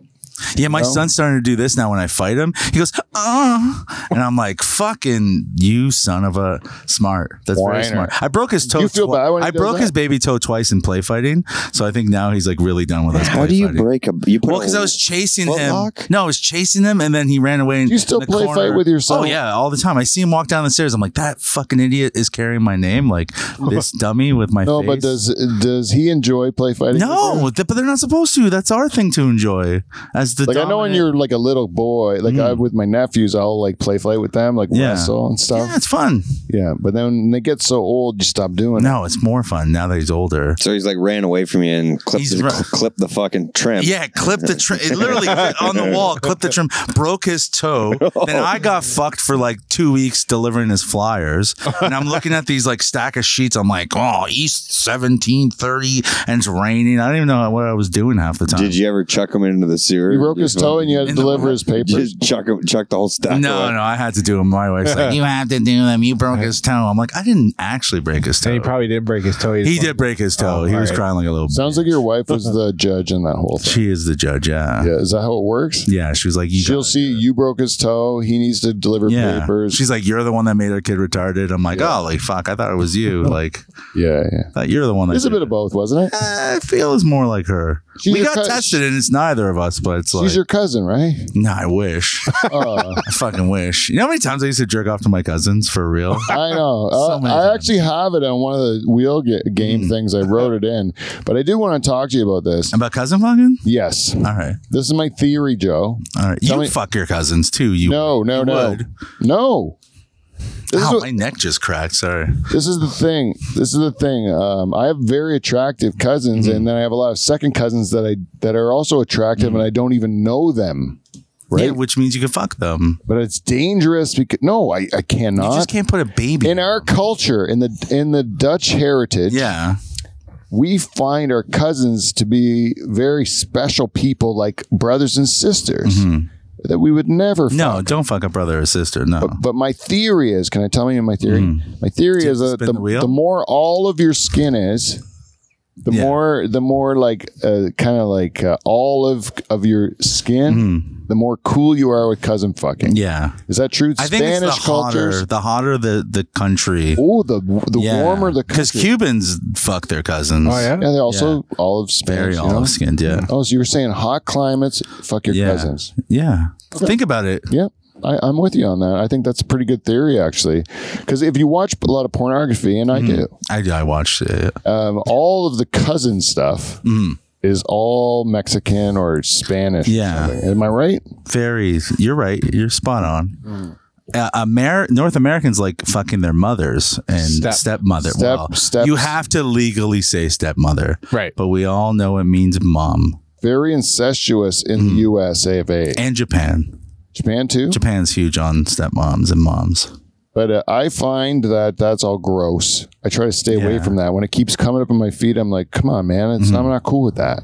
S4: Yeah, my son's starting to do this now when I fight him. He goes, uh, and I'm like, fucking you, son of a smart. That's very
S1: Whiner.
S4: smart. I broke his toe.
S1: you feel
S4: twi-
S1: bad when he
S4: I
S1: does
S4: broke
S1: that?
S4: his baby toe twice in play fighting. So I think now he's like really done with us.
S3: How
S4: play
S3: do you
S4: fighting.
S3: break a? You put
S4: Well,
S3: a-
S4: because I was chasing
S3: Foot
S4: him.
S3: lock?
S4: No, I was chasing him, and then he ran away. and-
S1: Do you still
S4: in the
S1: play
S4: corner.
S1: fight with your son?
S4: Oh yeah, all the time. I see him walk down the stairs. I'm like, that fucking idiot is carrying my
S1: [laughs]
S4: name, like this dummy with my
S1: No,
S4: face.
S1: but does does he enjoy play fighting? with
S4: no,
S1: her?
S4: th- but they're not supposed to. That's our thing to enjoy. As the
S1: Like I know when
S4: dominant-
S1: you're like a little boy, like
S4: Hmm.
S1: I with my nephews, I'll like play fight with them, like
S4: Yeah.
S1: wrestle and stuff.
S4: yeah, it's fun.
S1: Yeah, but then when they get so old, you stop doing it.
S4: No, it's more fun now that he's older.
S3: [laughs] so he's like ran away from you and clipped
S4: He's
S3: the,
S4: ru-
S3: cl- clipped the fucking trim. [laughs]
S4: Yeah, clip the trim. It literally on the wall, clip the trim, broke his toe. Then I got fucked for like two weeks delivering his flyers. And I'm looking at these like stack of sheets. I'm like, oh, East 1730, and it's raining. I don't even know what I was doing half the time.
S3: Did you ever chuck him into the sewer?
S1: He broke his toe and you had to
S4: In the-
S1: deliver
S4: [laughs]
S1: his papers.
S3: [laughs] Just chuck him, chuck the whole stack.
S4: No,
S3: away.
S4: no, I had to do him. My wife's
S3: [laughs]
S4: like, you have to do them. You broke his toe. I'm like, I didn't actually break his
S2: And
S4: toe.
S2: he probably didn't break his toe. just
S4: He
S2: wanted-
S4: did break his toe.
S2: Oh,
S4: he was
S2: alright.
S4: crying like a little.
S1: Sounds like your wife was the judge in that whole thing.
S4: She is the judge. Uh-huh. Yeah. Yeah.
S1: Yeah, is that how it works?
S4: she was like, you
S1: She'll
S4: got-
S1: see you broke his toe. He needs to deliver
S4: Yeah.
S1: papers.
S4: She's like, you're the one that made our kid retarded. I'm like, oh, like, fuck. I thought it
S1: [laughs]
S4: was you. Like,
S1: yeah, yeah.
S4: thought you're the one that.
S1: It's a
S4: did
S1: bit
S4: it.
S1: of both, wasn't it?
S4: Eh, I feel it's more like her.
S1: She's
S4: we
S1: your
S4: got
S1: cou-
S4: tested, and it's neither of us. But it's like,
S1: She's your cousin,
S4: [laughs]
S1: right?
S4: no, I wish. [laughs]
S1: Uh,
S4: I fucking wish. You know how many times I used to jerk off to my cousins for real? [laughs]
S1: I know.
S4: So
S1: Uh,
S4: many
S1: I
S4: times. Mm.
S1: actually have it on one of the wheel ga- game things. I wrote it in, but I do want to talk to you about this.
S4: About cousin fucking?
S1: Yes,
S4: All right,
S1: this is my theory, Joe.
S4: all right.
S1: Tell
S4: you
S1: me-
S4: fuck your cousins too. You.
S1: No, no,
S4: you
S1: no,
S4: would.
S1: no. This is
S4: Ow,
S1: what-
S4: my neck just cracked. Sorry.
S1: this is the thing. This is the thing. Um, I have very attractive cousins,
S4: Mm-hmm.
S1: and then I have a lot of second cousins that I that are also attractive, and I don't even know them. Right,
S4: Yeah, which means you can fuck them.
S1: but it's dangerous because no, I, I
S4: You
S1: cannot.
S4: just can't put a baby.
S1: Uh, In our culture, in the in the Dutch heritage,
S4: yeah.
S1: we find our cousins to be very special people, like brothers and sisters, that we would never.
S4: Mm-hmm. No,
S1: fuck.
S4: don't fuck a brother or sister. No.
S1: But my theory is, can I tell you my theory? My theory is that
S4: spin
S1: the,
S4: the wheel?
S1: the more all of your skin is, the
S4: Yeah.
S1: more the more like uh, kind of like uh, olive of your skin, the more cool you are with cousin fucking.
S4: Mm-hmm. yeah.
S1: Is that true?
S4: I think it's the hotter, the hotter the the country,
S1: Oh, the the
S4: Yeah.
S1: warmer the
S4: because
S1: country.
S4: Cubans fuck their cousins.
S2: Oh yeah.
S1: and they're also olive skins.
S4: very
S1: you know?
S4: olive skinned. Yeah,
S1: Oh, so you were saying hot climates, fuck your
S4: Yeah.
S1: cousins.
S4: yeah. Think about it.
S1: Yep. I, I'm with you on that. I think that's a pretty good theory, actually. Because if you watch a lot of pornography, and I do,
S4: I I watched it.
S1: um, all of the cousin stuff is all Mexican or Spanish. or
S4: Mm-hmm. Yeah.
S1: something. Am I right?
S4: Very. You're right. You're spot on.
S1: Mm.
S4: Uh, Amer- North Americans like fucking their mothers and
S2: Step-
S4: stepmother.
S1: Step-
S4: well,
S1: steps.
S4: you have to legally say stepmother,
S2: Right.
S4: But we all know it means mom.
S1: Very incestuous in
S4: Mm-hmm.
S1: the USA of A.
S4: And Japan.
S1: Japan too.
S4: Japan's huge on stepmoms and moms.
S1: But uh, I find that that's all gross. I try to stay away
S4: Yeah. Mm-hmm.
S1: from that. When it keeps coming up in my feet, I'm like, come on, man. It's, I'm not cool with that.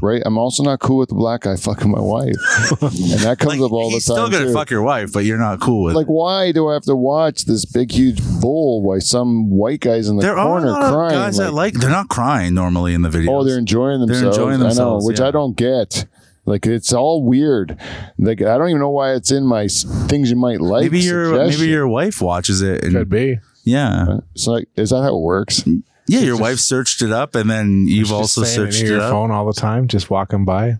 S1: Right? I'm also not cool with the black guy fucking my
S4: [laughs]
S1: wife. and that comes up all the
S4: he's
S1: time.
S4: still gonna
S1: too.
S4: fuck your wife, but you're not cool with. it.
S1: like why do I have to watch this big huge bull while some white guys in the
S4: there are a
S1: corner
S4: lot of
S1: crying?
S4: guys that
S1: like,
S4: like they're not crying normally in the video.
S1: oh, they're enjoying
S4: They're
S1: themselves.
S4: enjoying
S1: I
S4: themselves,
S1: know, which
S4: yeah.
S1: I don't get. Like it's all weird. Like I don't even know why it's in my s- things you might like.
S4: maybe your
S1: suggestion.
S4: maybe your wife watches it
S2: Could
S4: and
S2: be.
S4: yeah
S1: It's like is that how it works?
S4: Yeah, your wife searched it up, and then you've
S2: She's
S4: also
S2: saying
S4: searched
S2: into
S4: it
S2: your
S4: up.
S2: phone all the time, just walking by.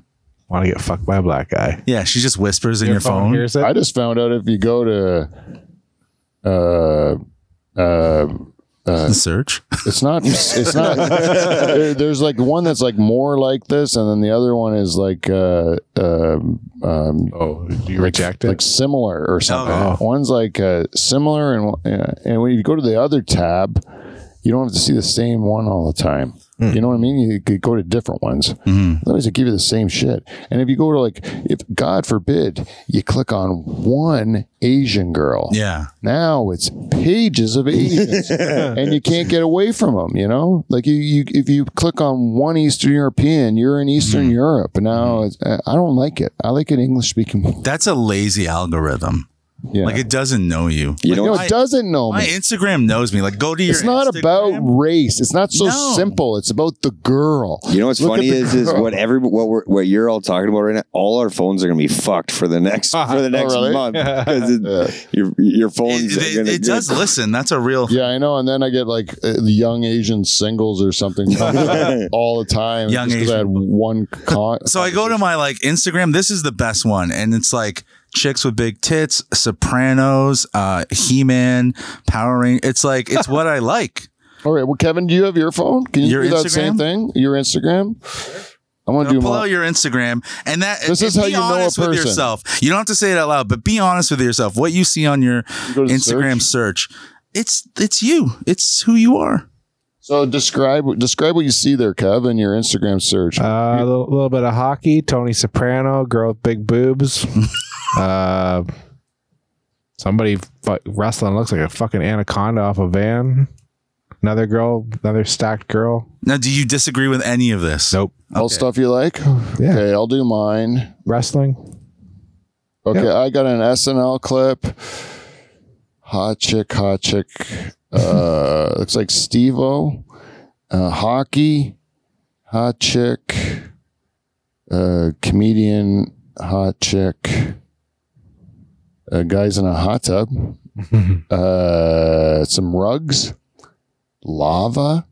S2: Want to get fucked by a black guy?
S4: Yeah, she just whispers in your, phone.
S2: hears it.
S1: I just found out if you go to, uh, uh,
S4: search.
S1: it's not, it's
S4: [laughs]
S1: not. there, there's like one that's like more like this, and then the other one is like, uh, um, um,
S2: oh, do you reject it?
S1: like similar or something.
S4: Oh.
S2: Okay.
S1: One's like uh, similar, and one- yeah. and when you go to the other tab, you don't have to see the same one all the time.
S4: Hmm.
S1: You know what I mean? You could go to different ones.
S4: Mm-hmm.
S1: Otherwise, they give you the same shit. And if you go to like, if God forbid, you click on one Asian girl,
S4: Yeah.
S1: now it's pages of
S4: [laughs]
S1: Asians, and you can't get away from them. You know, like you, you if you click on one Eastern European, you're in Eastern
S4: Hmm.
S1: Europe. And now it's, I I don't like it. I like it English speaking. [laughs]
S4: That's a lazy algorithm.
S1: Yeah.
S4: Like it doesn't know you.
S3: You
S4: Like,
S1: No,
S3: don't-
S1: it doesn't know
S4: My
S1: me.
S4: Instagram knows me. Like go to your
S1: It's not about
S4: Instagram.
S1: race. It's not so
S4: No.
S1: simple. It's about the girl.
S3: You know what's
S1: Look at
S3: funny
S1: the
S3: is is
S1: girl.
S3: what every what we're, what you're all talking about right now. All our phones are gonna be fucked for the
S1: [laughs]
S3: next for the next
S1: really? [laughs]
S3: month because your your phones.
S4: It,
S3: are
S4: it-
S3: gonna
S4: it
S3: get-
S4: does listen. That's a real
S1: Yeah, I know. And then I get like uh, the young Asian singles or something
S4: [laughs]
S1: all the time.
S4: Young
S1: just 'cause I had one con-
S4: So I go to my like Instagram. This is the best one, and it's like chicks with big tits, Sopranos, uh, He Man, Power Ranger. It's like it's what
S1: [laughs]
S4: I like.
S1: All right. Well, Kevin, do you have your phone? Can you
S4: Your
S1: do that same
S4: Instagram?
S1: thing? Your Instagram? I'm going to do
S4: Pull out
S1: mine.
S4: your Instagram, and that
S1: This
S4: and
S1: is how
S4: be
S1: you know a
S4: honest with
S1: person.
S4: yourself. You don't have to say it out loud, but be honest with yourself. What you see on your
S1: go to
S4: Instagram search. it's it's you. It's who you are.
S1: So describe describe what you see there, Kev, in your Instagram search.
S2: Uh, a little, little bit of hockey. Tony Soprano, girl with big [laughs] boobs. uh, somebody fu- wrestling looks like a fucking anaconda off a van. Another girl, another stacked girl.
S4: Now, do you disagree with any of this?
S2: Nope.
S1: All stuff you like?
S2: [sighs] Yeah.
S1: Okay, I'll do mine.
S2: Wrestling. [laughs]
S1: Okay, I got an SNL clip. Hot chick, hot chick. Uh, [laughs] looks like Steve O. Uh, hockey, hot chick. Uh, comedian, hot chick. Uh, guys in a hot tub. uh, some rugs, lava,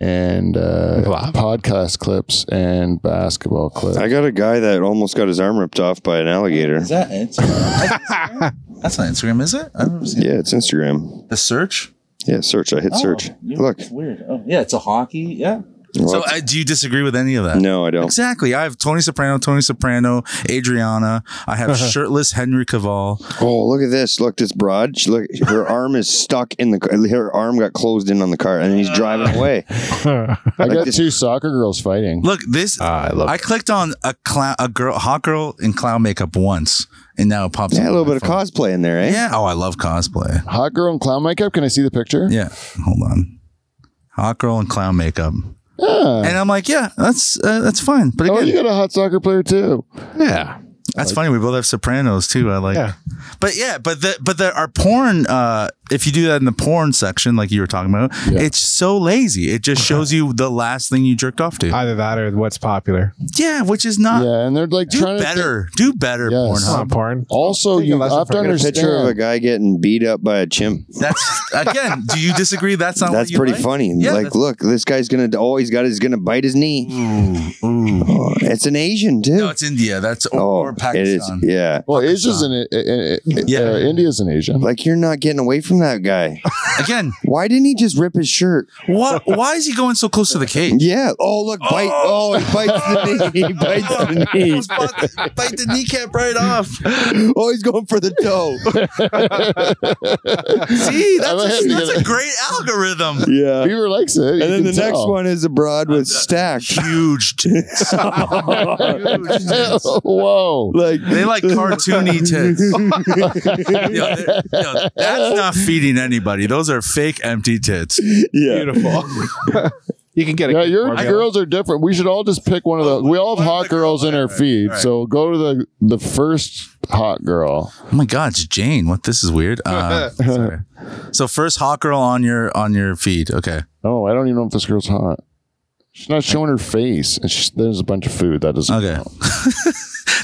S1: and uh,
S2: Lava?
S1: podcast clips and basketball clips.
S3: I got a guy that almost got his arm ripped off by an alligator.
S4: that it? That's not Instagram, is it? I've never seen
S3: Yeah, it's Instagram.
S4: the search.
S3: Yeah, search. I hit
S4: Oh,
S3: search. Look.
S6: weird. Oh, yeah, it's a hockey. Yeah.
S4: So,
S3: Well,
S4: uh, do you disagree with any of that?
S3: no, I don't.
S4: Exactly. I have Tony Soprano, Tony Soprano, Adriana. I
S3: [laughs]
S4: have shirtless Henry Cavill.
S3: Oh, look at this! Look, this broad. She- Look, her arm is stuck in the. ca- Her arm got closed in on the car, and then he's
S4: Uh,
S3: driving away.
S1: I
S3: Like
S1: got
S3: this-
S1: two soccer girls fighting.
S4: Look, this.
S2: Ah, I love.
S4: I clicked on a clown, a girl, hot girl in clown makeup once, and now it pops.
S3: Yeah,
S4: up
S3: a
S4: on
S3: little
S4: my
S3: bit of
S4: phone.
S3: cosplay in there, eh?
S4: Yeah. Oh, I love cosplay.
S1: Hot girl in clown makeup. Can I see the picture?
S4: Yeah. Hold on. Hot girl in clown makeup,
S1: Yeah.
S4: and I'm like, yeah, that's uh, that's fine. But
S1: Oh,
S4: again,
S1: you got a hot soccer player too.
S2: yeah.
S4: That's funny. We both have Sopranos too. I like,
S2: Yeah.
S4: but yeah, but the but the our porn. Uh, if you do that in the porn section, like you were talking about, it's so lazy.
S1: [laughs]
S4: It just shows you the last thing you jerked off to.
S2: Either that or what's popular.
S4: yeah, which is not
S1: yeah, and they're like
S4: Uh, do
S1: trying to.
S4: better. do better.
S1: Yes.
S2: Come on,
S4: Pornhub.
S2: porn.
S1: Also,
S2: Take a
S1: you
S2: lesson
S1: have to
S2: from-
S3: I got a
S1: understand.
S3: picture of a guy getting beat up by a chimp.
S4: That's again. do you disagree? That's not.
S3: That's
S4: what you
S3: pretty
S4: like?
S3: funny.
S4: Yeah,
S3: like,
S4: that's-
S3: look, this guy's gonna. Oh, he's got. He's gonna bite his knee. Oh,
S4: Ooh, ooh.
S1: Mm.
S3: it's an Asian too.
S4: No, it's India. That's or,
S3: oh,
S4: or Pakistan.
S3: it is. [laughs] Yeah.
S1: well, Asia's an uh, uh, uh,
S4: [laughs] Yeah.
S1: uh, India's an Asian.
S3: Like you're not getting away from that guy.
S4: Again,
S3: Why didn't he just rip his shirt?
S4: what? Why is he going so close to the cake?
S3: [laughs] Yeah. Oh, look, bite. Oh, he bites the knee.
S4: [laughs]
S3: He bites the knee.
S4: Almost [laughs] bite- bite the kneecap right off.
S3: Oh, he's going for the
S4: [laughs]
S3: toe.
S4: See,
S1: I'm
S4: that's, a,
S1: happy to
S4: that's
S1: get
S4: a great
S3: [laughs]
S4: algorithm.
S3: Yeah.
S1: Beaver likes it. you
S3: uh, And
S1: can
S3: then the
S1: [laughs]
S3: next
S1: tell.
S3: one is a broad
S4: Uh,
S3: with
S4: [laughs]
S3: stacked. [laughs]
S4: Huge tits. Huge tits.
S1: Whoa.
S3: Like [laughs]
S4: They like cartoony tits. Yo, they- yo, that's not feeding anybody. Those are fake empty tits.
S3: yeah.
S2: Beautiful. [laughs] you can get
S1: [laughs]
S2: a
S1: Yeah, your
S2: formula.
S1: girls are different. We should all just pick one of those. We all have
S4: One of
S1: hot
S4: the girls.
S1: girls in our
S4: Alright,
S1: feed,
S4: alright.
S1: so go to the the first hot girl.
S4: Oh my God, it's Jane. What? This is weird. Uh, sorry. So first hot girl on your on your feed. Okay.
S1: Oh, I don't even know if this girl's hot. She's not showing her face. And she's, there's a bunch of food that doesn't.
S4: Okay. [laughs]
S1: count.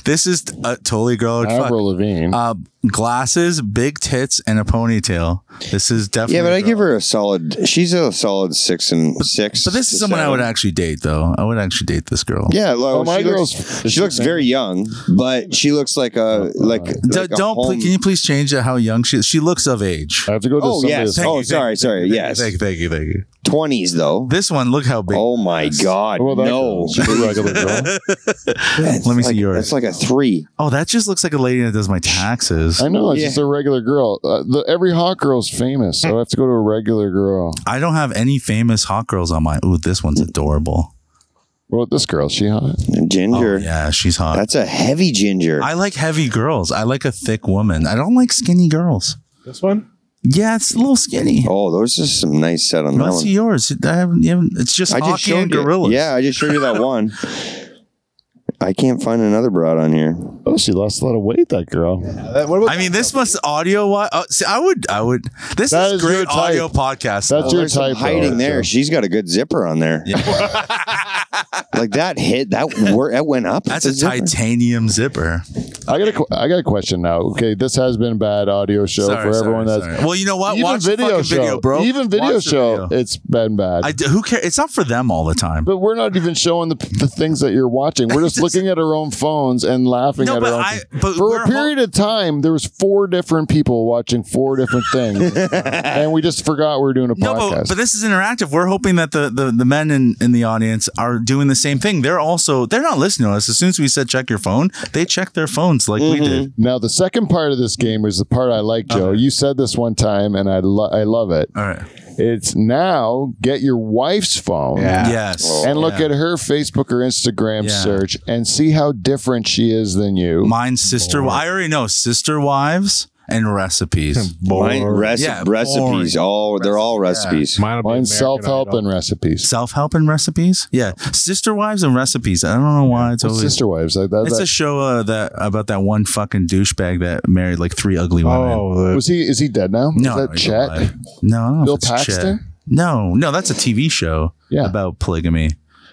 S4: this is a totally girl.
S1: Avril
S4: Fuck.
S1: Lavigne.
S4: Uh, glasses, big tits, and a ponytail. This is definitely.
S3: Yeah, but I
S4: a
S3: give
S4: girl.
S3: her a solid. She's a solid six and six.
S4: But this
S3: to
S4: is someone I
S3: seven.
S4: would actually date, though. I would actually date this girl.
S3: Yeah, like,
S1: Oh, my
S3: she
S1: girl's.
S3: Looks, she looks very young, but she looks like
S4: Uh,
S3: a like.
S4: D-
S3: like a
S4: don't
S3: home-
S4: please, can you please change that? How young she is? She looks of age.
S1: I have to go to
S3: Oh,
S1: somebody
S3: yes.
S1: that's-
S3: Oh,
S4: you,
S3: sorry,
S4: you,
S3: sorry,
S4: you,
S3: yes.
S4: Thank you, thank you, thank you.
S3: Twenties though.
S4: This one, look how big.
S3: Oh my god,
S1: Well, that
S3: no!
S1: girl, she's a regular girl.
S4: Let me see yours.
S3: It's like a three.
S4: oh, that just looks like a lady that does my taxes.
S1: I know it's
S3: Yeah.
S1: just a regular girl. Uh, the, every hot girl's famous, so I have to go to a regular girl.
S4: I don't have any famous hot girls on my. Ooh, this one's adorable.
S1: Well, this girl, she hot.
S3: Ginger.
S4: Oh, yeah, she's hot.
S3: That's a heavy ginger.
S4: I like heavy girls. I like a thick woman. I don't like skinny girls.
S2: This one?
S4: Yeah, it's a little skinny.
S3: oh, those are some nice set on that
S4: Let's see
S3: one.
S4: yours. I haven't, you haven't- it's just
S3: I just
S4: hockey and
S3: showed you.
S4: gorillas.
S3: Yeah, I just showed you
S4: [laughs]
S3: that one. I can't find another broad on here.
S1: Oh, she lost a lot of weight. That girl.
S2: what about
S4: I mean, this must audio. wi- Oh, see, I would, I would. This
S1: That
S4: is
S1: is your
S4: great
S1: type.
S4: audio podcast.
S1: That's
S3: Oh,
S1: your
S3: there's some
S1: type. though.
S3: hiding there. She's got a good zipper on there. like that hit that wor- that went up.
S4: That's
S3: the
S4: a
S3: zipper.
S4: titanium zipper.
S1: I got a, qu- I got a question now. Okay, this has been a bad audio show
S4: Sorry,
S1: for
S4: sorry,
S1: everyone that's
S4: sorry. well, you know what?
S1: even
S4: Watch video
S1: video
S4: fucking
S1: show,
S4: video, bro.
S1: even video
S4: Watch the
S1: show.
S4: video.
S1: It's been bad.
S4: I d who cares? It's not for them all the time.
S1: but we're not even showing the, the things that you're watching. We're just looking at our own phones and laughing
S4: No,
S1: at
S4: but
S1: our own.
S4: I- but
S1: for
S4: we're
S1: a period of time, there was four different people watching four different
S4: [laughs]
S1: things, and we just forgot we were doing a
S4: no,
S1: podcast.
S4: but, but this is interactive. We're hoping that the, the, the men in, in the audience are doing the same thing. They're also they're not listening to us. As soon as we said check your phone, they check their phones like we did.
S1: now the second part of this game is the part I like, Joe. You said this one time, and I lo- I love it.
S4: All right.
S1: It's now get your wife's phone.
S2: Yeah.
S4: Yes.
S1: and look
S4: Yeah.
S1: at her Facebook or Instagram
S4: Yeah.
S1: search and see how different she is than you.
S4: mine's sister. I already know sister wives and
S1: Hmm.
S4: recipes.
S3: Mine, reci-
S4: Yeah,
S3: recipes.
S4: boring.
S3: All they're all recipes.
S2: Mine will be
S1: Mine's
S2: American
S1: self help
S2: Idol.
S1: and recipes.
S4: Self help and recipes. Yeah, sister wives and recipes. I don't know why it's always.
S1: Sister wives. Like that,
S4: it's
S1: that-
S4: a show uh, that about that one fucking douchebag that married like three ugly women.
S2: Oh, the,
S1: was he? Is he dead now?
S4: No,
S1: is that
S4: he's alive.
S1: Chet?
S4: No, I don't know if
S1: Bill
S4: it's Chet.
S1: Paxton?
S4: No, no, that's a TV show
S1: Yeah.
S4: about polygamy.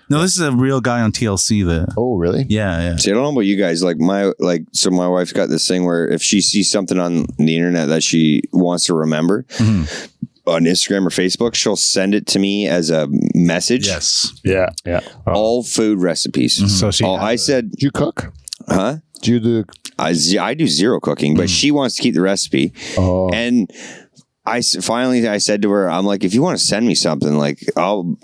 S4: No, this is a real guy on TLC. That
S1: Oh, really?
S4: yeah, yeah.
S3: See, I don't know about you guys. Like my like, so my wife's got this thing where if she sees something on the internet that she wants to remember on Instagram or Facebook, she'll send it to me as a message.
S4: Yes,
S1: Yeah. Yeah.
S3: all food recipes.
S2: so Mm-hmm. she.
S3: Oh, I said,
S1: Did you cook?
S3: huh?
S1: Do you do?
S3: I, ze- I do zero cooking, but she wants to keep the recipe.
S1: Oh,
S3: And I s- finally I said to her, I'm like, if you want to send me something, like I'll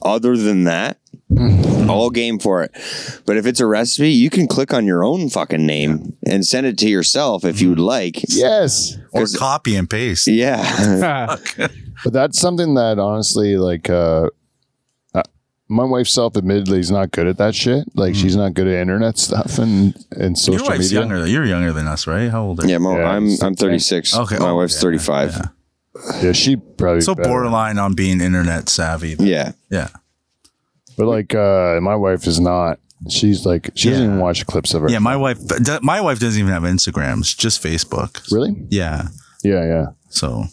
S3: other than that,
S4: Mm-hmm.
S3: all game for it. But if it's a recipe, you can click on your own fucking name and send it to yourself if
S4: Mm-hmm.
S3: you would like.
S1: yes.
S4: or
S3: 'Cause-
S4: copy and paste.
S3: Yeah. [laughs]
S4: [laughs]
S1: But that's something that honestly, like, uh, uh, my wife self admittedly is not good at that shit. Like, she's not good at internet stuff and, and social
S4: Mm. Your wife's
S1: media.
S4: younger. You're younger than us, right? How old are you?
S3: Yeah, my,
S1: Yeah,
S3: I'm
S1: it's-
S3: I'm 36.
S4: Okay,
S3: my
S4: oh,
S3: wife's
S4: yeah,
S3: 35. Yeah.
S1: Yeah, she probably
S4: So
S1: better.
S4: borderline on being internet savvy. Yeah.
S1: But like, uh, my wife is not. She's like, she doesn't
S4: Yeah.
S1: even watch clips of her.
S4: Yeah, my wife. d- My wife doesn't even have Instagrams, just Facebook.
S1: Really?
S4: Yeah.
S1: Yeah, yeah.
S4: So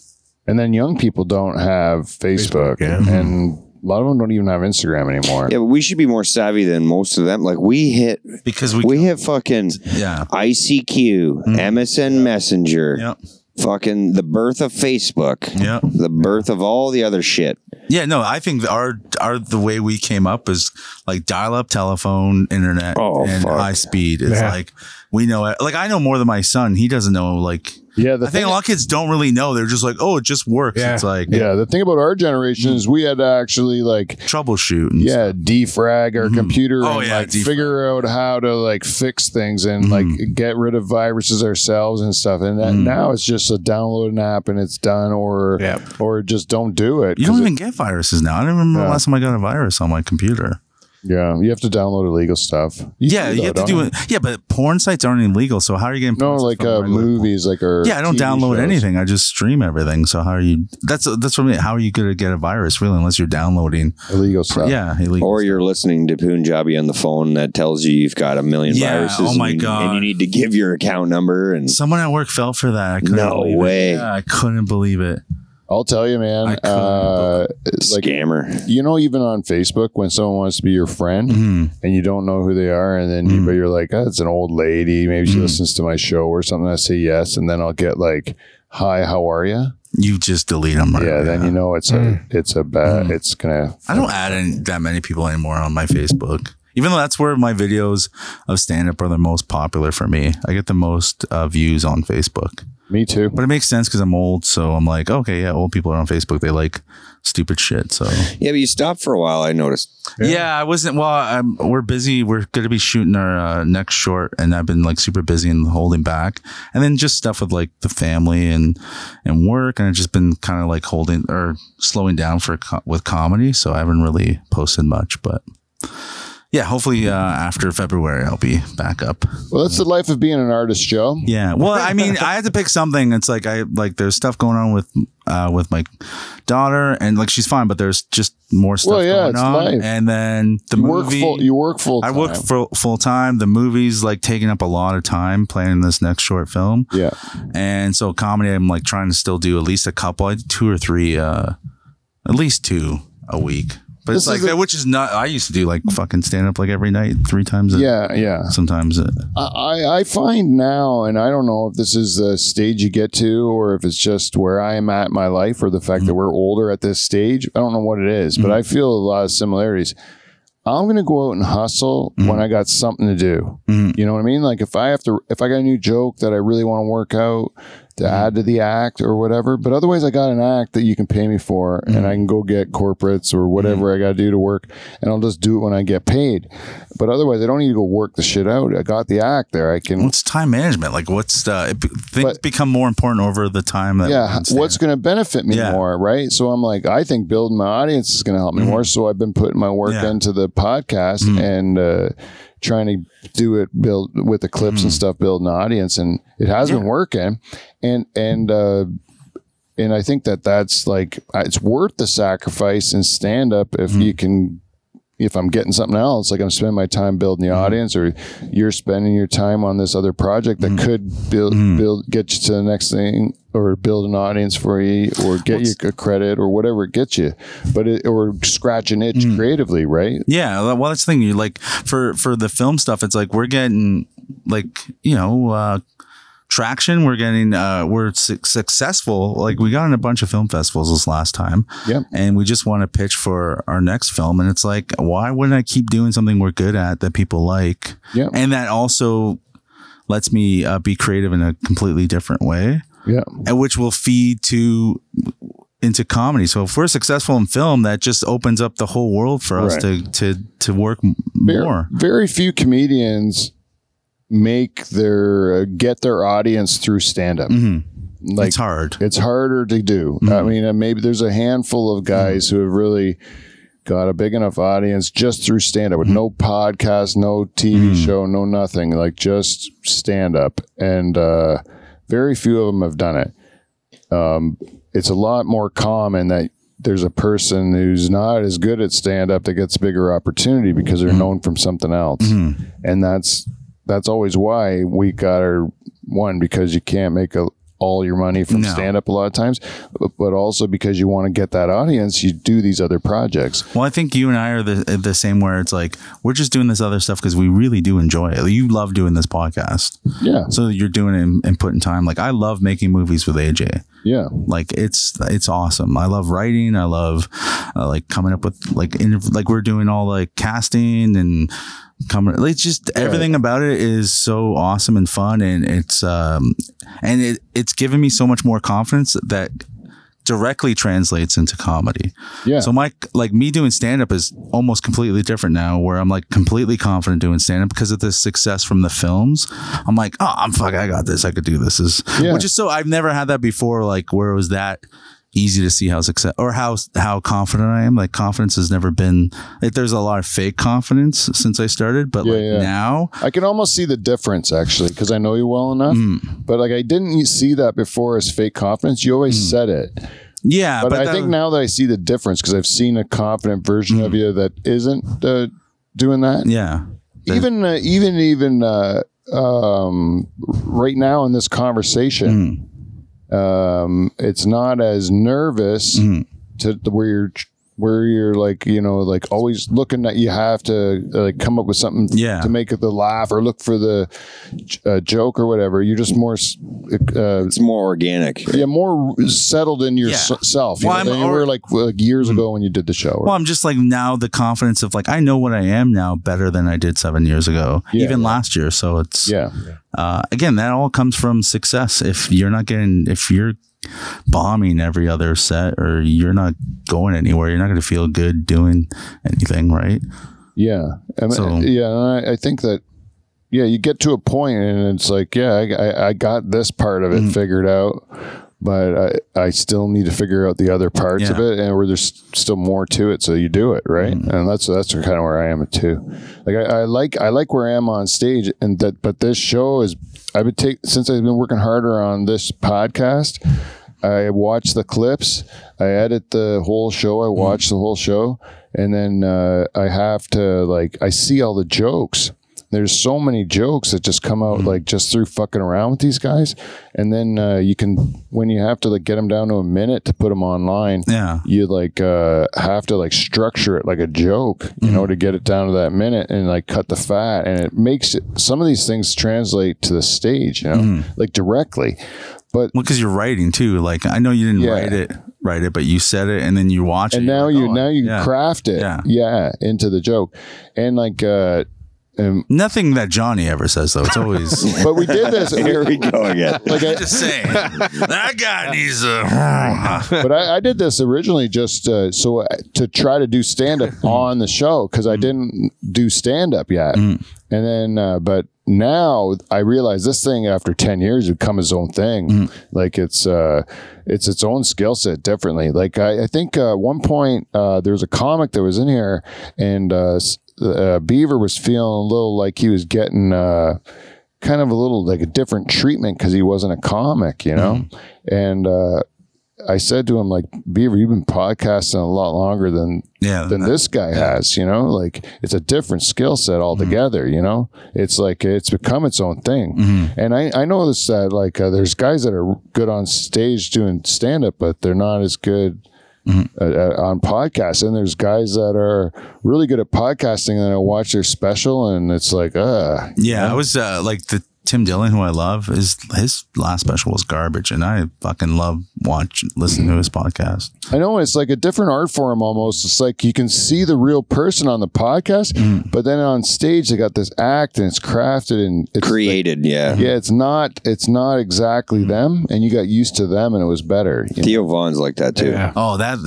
S1: And then young people don't have Facebook,
S2: Facebook, yeah.
S1: and a lot of them don't even have Instagram anymore.
S3: but we should be more savvy than most of them. Like we hit
S4: because we, Mm-hmm.
S3: we hit fucking
S4: yeah
S3: ICQ, MSN Messenger,
S4: Yep.
S3: fucking the birth of Facebook,
S4: yeah
S3: the birth of all the other shit.
S4: yeah no I think our our the way we came up is like dial up telephone internet
S3: Oh,
S4: and
S3: fuck.
S4: high speed. It's
S2: Yeah.
S4: like we know it. like I know more than my son. He doesn't know like
S1: Yeah, the
S4: I think a lot of kids don't really know. They're just like oh it just works.
S2: Yeah.
S4: It's like
S1: yeah, the thing about our generation
S4: Mm.
S1: is we had to actually like
S4: troubleshoot. And
S1: yeah defrag our computer
S4: Oh,
S1: and
S4: yeah,
S1: like
S4: defrag.
S1: figure out how to like fix things and
S4: Mm-hmm.
S1: like get rid of viruses ourselves and stuff. And
S4: Mm.
S1: that, now it's just a download an app and it's done, or
S2: Yeah.
S1: or just don't do it.
S4: You
S1: 'cause
S4: don't
S1: it-
S4: even get viruses now. I don't remember the
S1: Yeah.
S4: last time I got a virus on my computer.
S1: yeah, you have to download illegal stuff. You
S4: yeah, you
S1: though,
S4: have to
S1: don't
S4: do it. Yeah, but porn sites aren't illegal. So how are you getting?
S1: No,
S4: porn sites
S1: like
S4: from
S1: uh,
S4: regular-
S1: movies, like or
S4: Yeah, I don't
S1: TV
S4: download
S1: shows.
S4: anything. I just stream everything. So how are you? That's that's what I mean. How are you going to get a virus really unless you're downloading?
S1: illegal stuff.
S4: yeah, illegal.
S3: Or you're listening to Punjabi on the phone that tells you you've got a million
S4: Yeah,
S3: viruses.
S4: oh
S3: and
S4: my
S3: you-
S4: God.
S3: And you need to give your account number and
S4: Someone at work fell for that. I couldn't
S3: No
S4: believe it.
S3: way.
S4: Yeah, I couldn't believe it.
S1: I'll tell you,
S4: I
S1: man.
S4: couldn't
S1: Uh, it's like
S3: Scammer.
S1: you know, even on Facebook, when someone wants to be your friend
S4: Mhm.
S1: and you don't know who they are, and then you,
S4: Mhm.
S1: but you're like, oh, it's an old lady. Maybe she
S4: Mhm.
S1: listens to my show or something. I say yes, and then I'll get like, "Hi, how are you?"
S4: You just delete them.
S1: yeah, then you know it's
S2: Mm.
S1: a it's a bad.
S4: Mm.
S1: It's gonna.
S4: I don't add any, that many people anymore on my Facebook. Even though that's where my videos of stand up are the most popular for me, I get the most uh, views on Facebook.
S1: Me too.
S4: But it makes sense because I'm old, so I'm like, okay, yeah, old people are on Facebook. They like stupid shit. So
S3: Yeah, but you stopped for a while. I noticed.
S4: yeah, I wasn't. Well, I'm, we're busy. We're going to be shooting our uh, next short, and I've been like super busy and holding back, and then just stuff with like the family and and work, and I've just been kind of like holding or slowing down for co- with comedy. So I haven't really posted much, but. Yeah, hopefully uh, after February I'll be back up.
S1: Well, that's the life of being an artist, Joe.
S4: Yeah. Well, I mean, I had to pick something. It's like I like there's stuff going on with uh with my daughter and like she's fine, but there's just more stuff
S1: Well, yeah,
S4: going
S1: it's
S4: on.
S1: life.
S4: And then the
S1: you work
S4: movie
S1: full. You work full.
S4: I work
S1: time.
S4: full full time. The movie's like taking up a lot of time planning this next short film.
S1: Yeah.
S4: And so comedy I'm like trying to still do at least a couple, I do two or three uh at least two a week. But
S1: This
S4: it's like
S1: is a-
S4: that, which is not. I used to do like fucking stand up like every night, three times. A,
S1: Yeah. Yeah.
S4: sometimes. uh, A,
S1: I, I find now, and I don't know if this is the stage you get to, or if it's just where I am at in my life, or the fact
S4: Mm.
S1: that we're older at this stage. I don't know what it is, but I feel a lot of similarities. I'm going to go out and hustle when I got something to do.
S4: Mhm.
S1: You know what I mean? Like if I have to, if I got a new joke that I really want to work out to add to the act or whatever. But otherwise, I got an act that you can pay me for, and I can go get corporates or whatever I got to do to work, and I'll just do it when I get paid. But otherwise, I don't need to go work the shit out. I got the act there. I can.
S4: What's time management like? What's the it, be- things
S1: But-
S4: become more important over the time that we
S1: yeah,
S4: can stay
S1: what's
S4: in.
S1: going to benefit me
S4: Yeah. Mm-hmm.
S1: more, right? So I'm like, I think building my audience is going to help me more. So I've been putting my work
S4: Yeah.
S1: into the podcast
S4: Mhm.
S1: and uh, trying to do it build with the clips
S4: Mm.
S1: and stuff, build an audience, and it has been working. And and uh, and I think that that's like uh, it's worth the sacrifice in stand up if you can. If I'm getting something else, like I'm spending my time building the audience, or you're spending your time on this other project that could build build get you to the next thing, or build an audience for you, or get you a credit, or whatever it gets you, but it, or scratch an itch creatively, right?
S4: Yeah, well, that's the thing. You like for for the film stuff. It's like we're getting like you know uh, traction. We're getting uh, we're su- successful. Like we got in a bunch of film festivals this last time.
S1: Yep.
S4: and we just want to pitch for our next film. And it's like, why wouldn't I keep doing something we're good at that people like?
S1: Yep.
S4: and that also lets me uh, be creative in a completely different way.
S1: Yeah,
S4: and which will feed to into comedy. So if we're successful in film, that just opens up the whole world for us to to to work m-
S1: Ver-
S4: more.
S1: Very few comedians make their uh, get their audience through stand up.
S4: Mhm.
S1: Like
S4: it's hard.
S1: it's harder to do. I mean, uh, maybe there's a handful of guys who have really got a big enough audience just through stand up with no podcast, no TV show, no nothing, like just stand up. And uh, very few of them have done it. Um, it's a lot more common that there's a person who's not as good at stand up that gets bigger opportunity because they're known from something else.
S4: Mm-hmm.
S1: And that's that's always why we got our one because you can't make a, all your money from
S4: No.
S1: stand up a lot of times, but, but also because you want to get that audience, you do these other projects.
S4: Well, I think you and I are the the same. Where it's like we're just doing this other stuff because we really do enjoy it. You love doing this podcast,
S1: Yeah,
S4: so you're doing it and, and putting time. Like I love making movies with AJ.
S1: yeah,
S4: Like it's it's awesome. I love writing. I love uh, like coming up with like interv- like we're doing all like casting and coming. It's just everything about it is so awesome and fun, and it's um and it it's given me so much more confidence that directly translates into comedy.
S1: yeah.
S4: So my like me doing stand up is almost completely different now where I'm like completely confident doing stand up because of the success from the films. I'm like, oh, I'm fuck, I got this. I could do this. This Is
S1: Yeah.
S4: which is so I've never had that before like where it was that easy to see how success or how how confident I am. Like confidence has never been like there's a lot of fake confidence since I started, but
S1: Yeah,
S4: like
S1: yeah.
S4: now
S1: I can almost see the difference actually because I know you well enough.
S4: Mm.
S1: But like I didn't see that before as fake confidence. You always said it,
S4: Mm. yeah,
S1: but, I
S4: that-
S1: think now that I see the difference because I've seen a confident version
S4: Mm.
S1: of you that isn't uh, doing that.
S4: yeah. that-
S1: even uh,
S4: mm,
S1: even even uh, um, right now in this conversation, Um, it's not as nervous
S4: Mhm.
S1: to to where you're where you're like you know like always looking that you have to uh, like come up with something
S4: Yeah.
S1: to make it the laugh or look for the j- uh, joke or whatever. You're just more s- uh,
S3: It's more organic.
S1: [laughs] yeah more settled in yourself you
S4: Well,
S1: know,
S4: I'm
S1: than you were
S4: alre-
S1: like, like years ago when you did the show. or-
S4: Well, I'm just like now the confidence of like I know what I am now better than I did seven years ago,
S1: Yeah.
S4: even last year. So it's
S1: yeah,
S4: uh, again that all comes from success. If you're not getting, if you're bombing every other set or you're not going anywhere, you're not going to feel good doing anything, right?
S1: yeah, I mean,
S4: So-
S1: yeah. And I, I think that yeah, you get to a point and it's like yeah, I, I, I got this part of it figured out, but I I still need to figure out the other parts of
S4: Yeah.
S1: it and where there's still more to it. So you do it right, and that's that's kind of where I am too. Like I, I like I like where I am on stage, and that but this show is I would take since I've been working harder on this podcast. I watch the clips. I edit the whole show. I watch the whole show, and then uh, I have to like I see all the jokes. There's so many jokes that just come out like just through fucking around with these guys, and then uh, you can when you have to like get them down to a minute to put them online.
S4: Yeah.
S1: You like uh, have to like structure it like a joke, you know, to get it down to that minute and like cut the fat, and it makes it. Some of these things translate to the stage, you know, like directly. But
S4: Well, because you're writing too. Like I know you didn't
S1: Yeah.
S4: write it, write it, but you said it, and then you watch it.
S1: and now
S4: you're
S1: you
S4: like, oh,
S1: now you
S4: yeah.
S1: craft it
S4: Yeah.
S1: yeah. into the joke and like uh um,
S4: Nothing that Johnny ever says though. It's always
S1: [laughs] but we did this
S3: [laughs] Here we go again.
S1: like I, [laughs]
S4: just saying that guy needs a. [laughs]
S1: but I, I did this originally just uh, so uh, to try to do stand up on the show because I didn't do stand up yet. And then, uh, but now I realize this thing after 10 years would come its own thing. Like it's, uh, it's its own skill set differently. Like I, I think uh, at one point uh, there was a comic that was in here and uh, s- uh, Beaver was feeling a little like he was getting, uh, kind of a little like a different treatment because he wasn't a comic, you know? And, uh, I said to him, like, Beaver, you've been podcasting a lot longer than
S4: yeah,
S1: than this guy has, you know? Like it's a different skill set altogether, you know? It's like it's become its own thing.
S4: Mm. Mm-hmm.
S1: And I, I noticed that like uh, there's guys that are good on stage doing stand up, but they're not as good uh, uh, on podcasts. And there's guys that are really good at podcasting and I watch their special and it's like, uh,
S4: Yeah, I was uh, like the Tim Dillon, who I love, is his last special was garbage, and I fucking love watch listen to his podcast.
S1: I know it's like a different art form almost. It's like you can see the real person on the podcast,
S4: Mm.
S1: but then on stage they got this act and it's crafted and it's
S3: Created, yeah.
S1: yeah, it's not it's not exactly
S4: Mm.
S1: them, and you got used to them and it was better. you know?
S3: Theo Vaughn's like that too.
S2: Yeah.
S4: Oh, that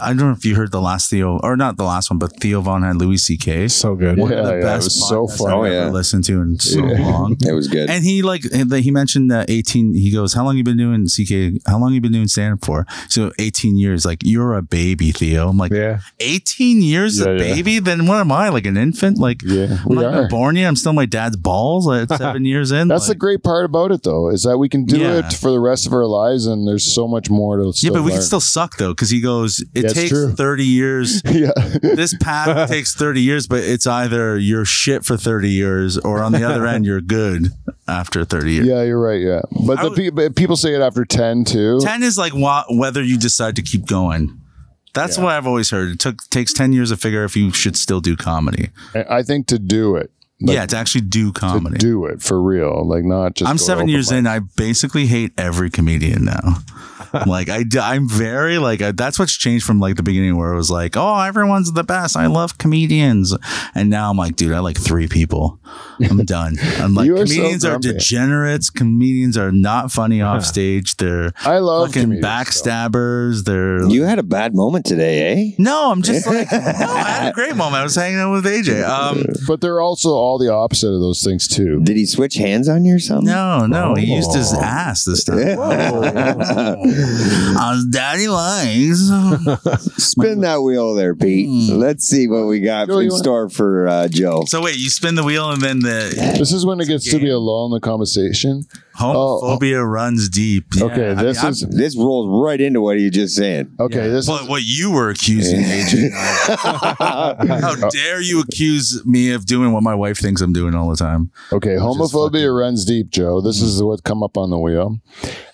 S4: I don't know if you heard the last Theo or not the last one, but Theo Von had Louis C.K.
S2: So good.
S1: Yeah.
S4: the
S1: it was so
S4: podcasts
S1: fun.
S3: Oh,
S4: I've ever
S3: yeah.
S4: listened to in so
S1: [laughs]
S4: long.
S3: It was good.
S4: And he like he mentioned that eighteen. He goes, "How long you been doing CK? How long you been doing stand up for?" So eighteen years. Like you're a baby, Theo. I'm like,
S2: Yeah.
S4: eighteen years
S1: Yeah,
S4: a
S1: yeah.
S4: baby? Then what am I? Like an infant? Like
S1: Yeah,
S4: I'm
S1: we
S4: not even
S1: are.
S4: born yet. I'm still my dad's
S1: [laughs]
S4: balls. At seven years in.
S1: That's the
S4: like,
S1: great part about it, though, is that we can do
S4: Yeah.
S1: it for the rest of our lives, and there's so much more to
S4: yeah,
S1: still
S4: but we can
S1: learn.
S4: still suck though, because he goes, "It
S1: Yeah, it's
S4: takes
S1: true.
S4: thirty years."
S1: [laughs] yeah,
S4: This path takes 30 years, but it's either you're shit for 30 years or on the other end, you're good after 30 years.
S1: yeah, you're right. Yeah, but
S4: I
S1: the
S4: would-
S1: pe- but people say it after ten too.
S4: 10 is like wa- whether you decide to keep going. That's what I've always heard. It took takes 10 years to figure if you should still do comedy.
S1: I I think to do it, Like,
S4: yeah, to actually do comedy.
S1: do it for real, like not just.
S4: I'm
S1: go to
S4: seven
S1: open
S4: years
S1: mic.
S4: in. I basically hate every comedian now.
S1: [laughs]
S4: like I, d- I'm very like I, that's what's changed from like the beginning where it was like, oh, everyone's the best. I love comedians, and now I'm like, dude, I like three people.
S1: [laughs]
S4: I'm done. I'm like,
S1: You are so
S4: comedians are
S1: grumpy.
S4: degenerates. Comedians are
S1: [laughs]
S4: not funny off stage. They're
S1: I love
S4: fucking
S1: comedians,
S4: backstabbers. They're
S1: [laughs]
S3: You had a bad moment today, eh?
S4: no, I'm just like, no, I
S1: [laughs]
S4: had a great moment. I was hanging out with AJ. Um,
S1: But they're also all the opposite of those things too.
S3: Did he switch hands on you or something?
S4: no, no, he used his
S1: Oh.
S4: ass this time. On
S1: [laughs]
S4: daddy legs.
S3: [laughs] Spin that wheel there, Pete. Let's see what we got
S1: Joe, you
S3: in
S1: want-
S3: store for uh, Joe.
S4: So wait, you spin the wheel and then the
S1: This is when it gets to be a lull in the conversation.
S4: homophobia runs deep. Yeah,
S1: Okay,
S4: I
S1: this
S4: mean,
S1: is
S3: This rolls right into what you just saying.
S1: okay. This
S4: I-
S1: is
S4: But what you were accusing, AJ. How dare you accuse me of doing what my wife thinks I'm doing all the time? Mm.
S1: okay. Homophobia runs deep, Joe. This is what come up on the wheel,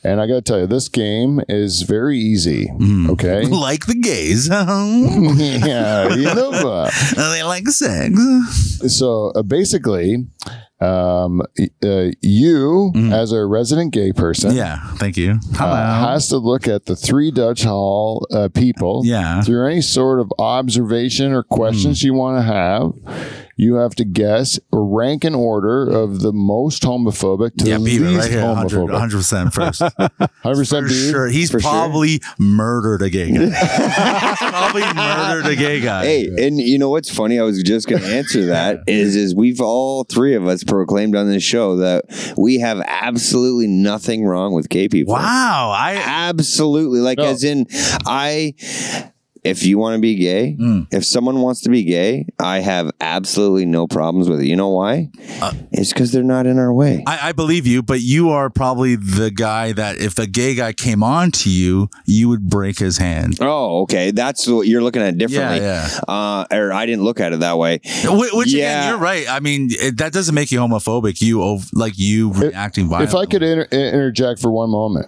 S1: And I got to tell you, this game is very easy.
S4: [laughs]
S1: Okay.
S4: Hmm.
S1: [laughs]
S4: Like the gays. [laughs] they
S1: yeah, you know that.
S4: like sex.
S1: so uh, basically, um, y- uh, you as a resident gay person,
S4: Mm. Yeah. Thank you. Hello.
S1: uh, has to look at the three Dutch Hall uh, people
S4: yeah.
S1: through any sort of observation or questions
S4: Hmm.
S1: you want to have. You have to guess or rank in order of the most homophobic to
S4: Yeah,
S1: the
S4: Beaver
S1: least
S4: right here, 100,
S1: homophobic. [laughs]
S4: 100% first.
S1: 100%
S4: For
S1: dude?
S4: sure. He's
S1: For sure?
S4: probably murdered a gay
S1: [laughs]
S4: guy. probably murdered a gay
S3: [laughs]
S4: guy.
S3: Hey, and you know what's funny? I was just going to answer
S4: [laughs]
S3: that is is we've all three of us proclaimed on this show that we have absolutely nothing wrong with gay people.
S4: Wow. I
S3: Absolutely. Like
S1: No.
S3: as in I if you want to be gay,
S4: Mm.
S3: if someone wants to be gay, I have absolutely no problems with it. You know why? it's because they're not in our way.
S4: Uh. I, I believe you, but you are probably the guy that if the gay guy came on to you, you would break his hand.
S3: oh, okay. That's what you're looking at it differently.
S4: Yeah,
S3: Uh, or I didn't look at it that way.
S4: Which, Uh, which
S3: Yeah.
S4: again, you're right. I mean, it, that doesn't make you homophobic. You ov- like you reacting violently.
S1: if I could inter- interject for one moment,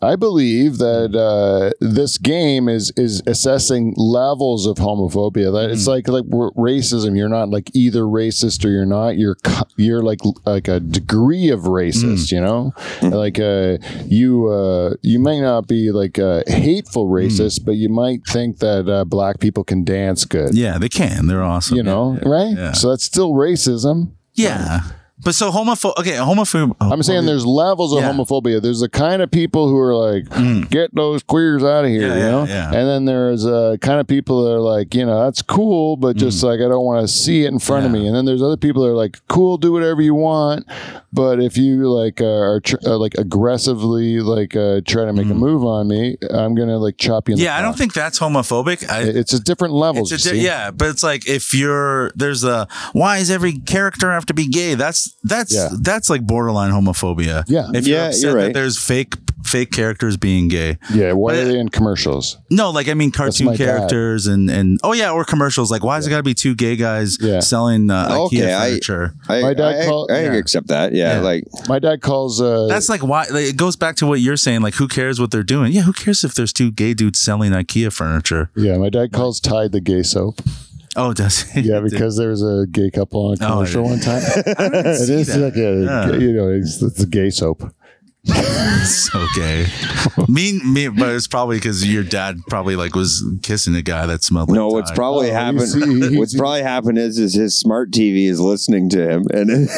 S1: I believe that uh, this game is is assessing levels of homophobia. That
S4: Mm-hmm.
S1: it's like like we're- racism. You're not like either racist or you're not. You're co- you're like like a degree of
S4: Mm.
S1: racist. You know, like uh, you uh, you may not be like a hateful
S4: Mm.
S1: racist, but you might think that uh, black people can dance good.
S4: yeah, they can. They're awesome.
S1: You know, right?
S4: Yeah.
S1: So that's still racism.
S4: Yeah. But so homopho. Okay, homophobe.
S1: I'm saying there's levels of
S4: Yeah.
S1: homophobia. There's the kind of people who are like,
S4: Mm.
S1: get those queers out of here,
S4: Yeah,
S1: you
S4: yeah,
S1: know?
S4: yeah.
S1: And then there's uh, kind of people that are like, you know, that's cool, but just like, I don't want to see it in front of
S4: Mm. Yeah.
S1: me. And then there's other people that are like, cool, do whatever you want. But if you like uh, are tr- uh, like aggressively like uh, try to make a move on me, I'm going to like chop you in the
S4: Mm. Yeah, I don't think that's homophobic. I,
S1: It- It's a different levels.
S4: It's a
S1: you
S4: di-
S1: see?
S4: yeah, but it's like if you're there's a why is every character have to be gay? That's that's
S1: Yeah.
S4: that's like borderline homophobia.
S1: Yeah.
S4: if you're
S3: Yeah,
S4: upset
S3: you're
S4: that
S3: right.
S4: there's fake fake characters being gay.
S1: Yeah. Why
S4: But-
S1: are they in commercials?
S4: No, like I mean
S1: my
S4: cartoon
S1: dad.
S4: characters and and oh yeah, or commercials. Like why has it got to be two gay guys
S1: Yeah.
S4: selling uh,
S3: Okay,
S4: IKEA
S3: I-
S4: furniture?
S3: I,
S1: My dad
S3: I,
S1: called-
S3: I
S4: yeah.
S3: accept that. Yeah,
S4: Yeah.
S3: like
S1: My dad calls. Uh,
S4: that's like why like, it goes back to what you're saying. Like, who cares what they're doing? Yeah, who cares if there's two gay dudes selling IKEA furniture?
S1: yeah, my dad calls Tide the gay soap.
S4: Oh, does [laughs]
S1: Yeah, because there was a gay couple on a
S4: Oh,
S1: commercial
S4: yeah.
S1: one time. [laughs] it
S4: see
S1: is
S4: that.
S1: like a,
S4: Yeah.
S1: you know, it's, it's a gay soap.
S4: [laughs] so gay. me, me, but it's probably because your dad probably like was kissing a guy that smelled. Like
S3: No, what's
S4: dye.
S3: probably
S1: Oh,
S3: happened?
S1: you see, you
S3: what's
S1: see.
S3: probably happened is is his smart TV is listening to him, and, [laughs] and
S4: those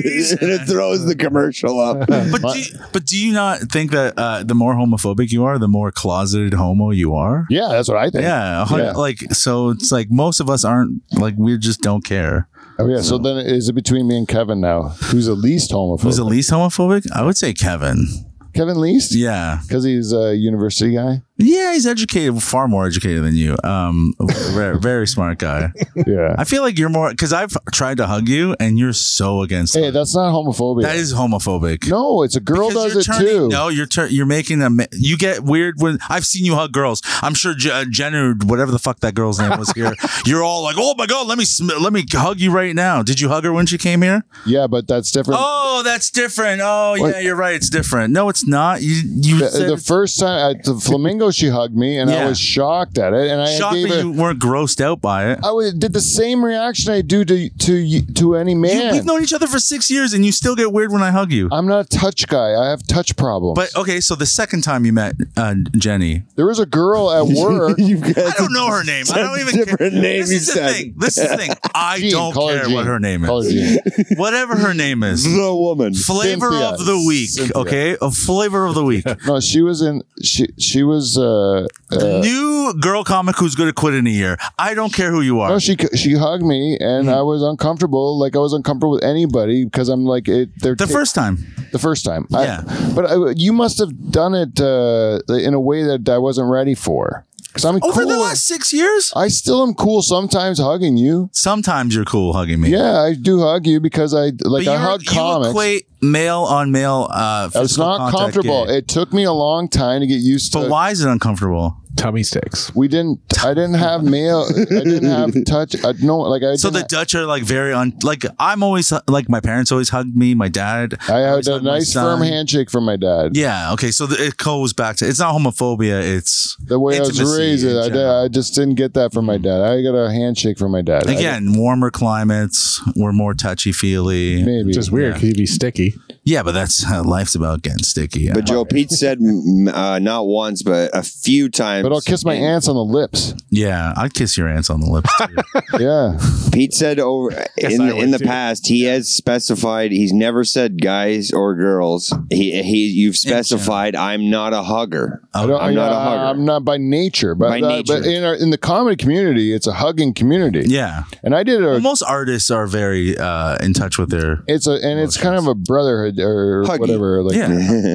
S3: [laughs]
S4: gays!
S3: and it throws the commercial up. [laughs]
S4: But do you, but do you not think that uh, the more homophobic you are, the more closeted homo you are?
S1: Yeah, that's what I think.
S4: Yeah, a hun-
S1: Yeah.
S4: like so. It's like most of us aren't like we just don't care.
S1: Oh, yeah. So then is it between me and Kevin now? Who's the least homophobic?
S4: Who's the least homophobic? I would say Kevin.
S1: Kevin least?
S4: Yeah,
S1: Because he's a university
S4: [laughs]
S1: guy?
S4: yeah, he's educated, far more educated than you. Um, very, [laughs] very smart guy.
S1: Yeah.
S4: I feel like you're more because I've tried to hug you and you're so against.
S1: hey,
S4: hugs.
S1: that's not homophobia.
S4: that is homophobic.
S1: no, it's a girl
S4: Because
S1: does it
S4: you're turning-
S1: too.
S4: No, you're tur- you're making them. You get weird when I've seen you hug girls. I'm sure J- uh, Jenner, whatever the fuck that girl's name was
S1: [laughs]
S4: here. you're all like, oh my god, let me sm- let me hug you right now. Did you hug her when she came here?
S1: Yeah, but that's different.
S4: Oh, that's different. Oh yeah,
S1: What?
S4: you're right. It's different. No, it's not. You you
S1: The,
S4: said
S1: the first time
S4: [laughs]
S1: at the flamingo, she hugged me, and I
S4: Yeah.
S1: was shocked at it. And I
S4: shocked
S1: gave
S4: that
S1: her,
S4: you weren't grossed out by it.
S1: I was, did the same reaction I do to to you- to any
S4: You,
S1: man.
S4: we've known each other for six years, and you still get weird when I hug you.
S1: I'm not a touch guy. I have touch problems.
S4: But okay, so the second time you met uh, Jenny,
S1: There was a girl
S4: [laughs]
S1: at work.
S3: You've
S4: I
S3: got
S4: don't know her name. I don't even
S3: different
S4: care.
S3: name
S4: This
S3: you
S4: is the
S3: said.
S4: thing. This is the
S1: [laughs]
S4: thing. I
S1: Jean,
S4: don't
S1: call her
S4: care what
S1: Jean.
S4: her name
S1: Call her
S4: is.
S1: Jean.
S4: Whatever her name
S3: [laughs]
S4: is.
S3: the woman.
S4: Flavor
S1: Cynthia.
S4: of the week.
S1: Cynthia. Uh,
S4: Okay, a flavor of the
S1: [laughs]
S4: week.
S1: No, she was in. She she was. Uh, uh,
S4: New girl comic who's going to quit in a year. I don't care who you are.
S1: no, she she hugged me,
S4: Mm-hmm.
S1: and I was uncomfortable. Like I was uncomfortable with anybody because I'm like it. They're
S4: the
S1: ta-
S4: first time.
S1: the first time. I-
S4: Yeah.
S1: but I, you must have done it uh, in a way that I wasn't ready for. Because I'm
S4: Over
S1: cool.
S4: the last six years.
S1: I still am cool sometimes hugging you.
S4: Sometimes you're cool hugging me.
S1: Yeah, I do hug you because I like
S4: But
S1: I
S4: you're-
S1: hug
S4: You
S1: comics.
S4: equate male on male. Uh,
S1: It's
S4: physical
S1: not
S4: contact
S1: comfortable.
S4: gay.
S1: It took me a long time to get used to.
S4: but why is it uncomfortable?
S2: tummy sticks.
S1: We didn't. I didn't have
S4: [laughs]
S1: mail. I didn't have touch. I, no, like I.
S4: So the
S1: didn't-
S4: Dutch are like very un like I'm always like my parents always hugged me, my dad.
S1: I had
S4: always
S1: a
S4: hugged my
S1: nice
S4: son.
S1: firm handshake from my dad.
S4: Yeah, okay. So the, it goes back to it's not homophobia, it's
S1: The way I was
S4: Intimacy
S1: raised,
S4: in
S1: I, did,
S4: general.
S1: I just didn't get that from my dad. I got a handshake from my dad. I
S4: again warmer climates, we're more touchy
S1: didn't-
S4: feely.
S1: maybe.
S2: It's just weird. 'cause You'd be sticky.
S4: Yeah, but that's how life's about getting sticky.
S3: But Joe Pete said mm, uh, not once, but a few times.
S1: but I'll kiss my aunts on the
S4: [laughs]
S1: lips.
S4: yeah, I'd kiss your aunts on the lips
S1: [laughs]
S4: too.
S1: Yeah.
S3: Pete said over in
S2: I
S3: the,
S2: would
S3: in the
S2: too.
S3: past he has specified he's never said guys or girls. He he you've specified I'm not a hugger. [laughs]
S1: I don't,
S3: I'm not a hugger.
S1: I'm not by nature, but
S3: By
S1: uh,
S3: nature.
S1: but in our, in the comedy community, it's a hugging community.
S4: yeah.
S1: And I did a.
S4: Well, most artists are very uh, in touch with their
S1: It's a and it's kind of a brotherhood or
S3: Huggy.
S1: whatever. Like
S4: yeah.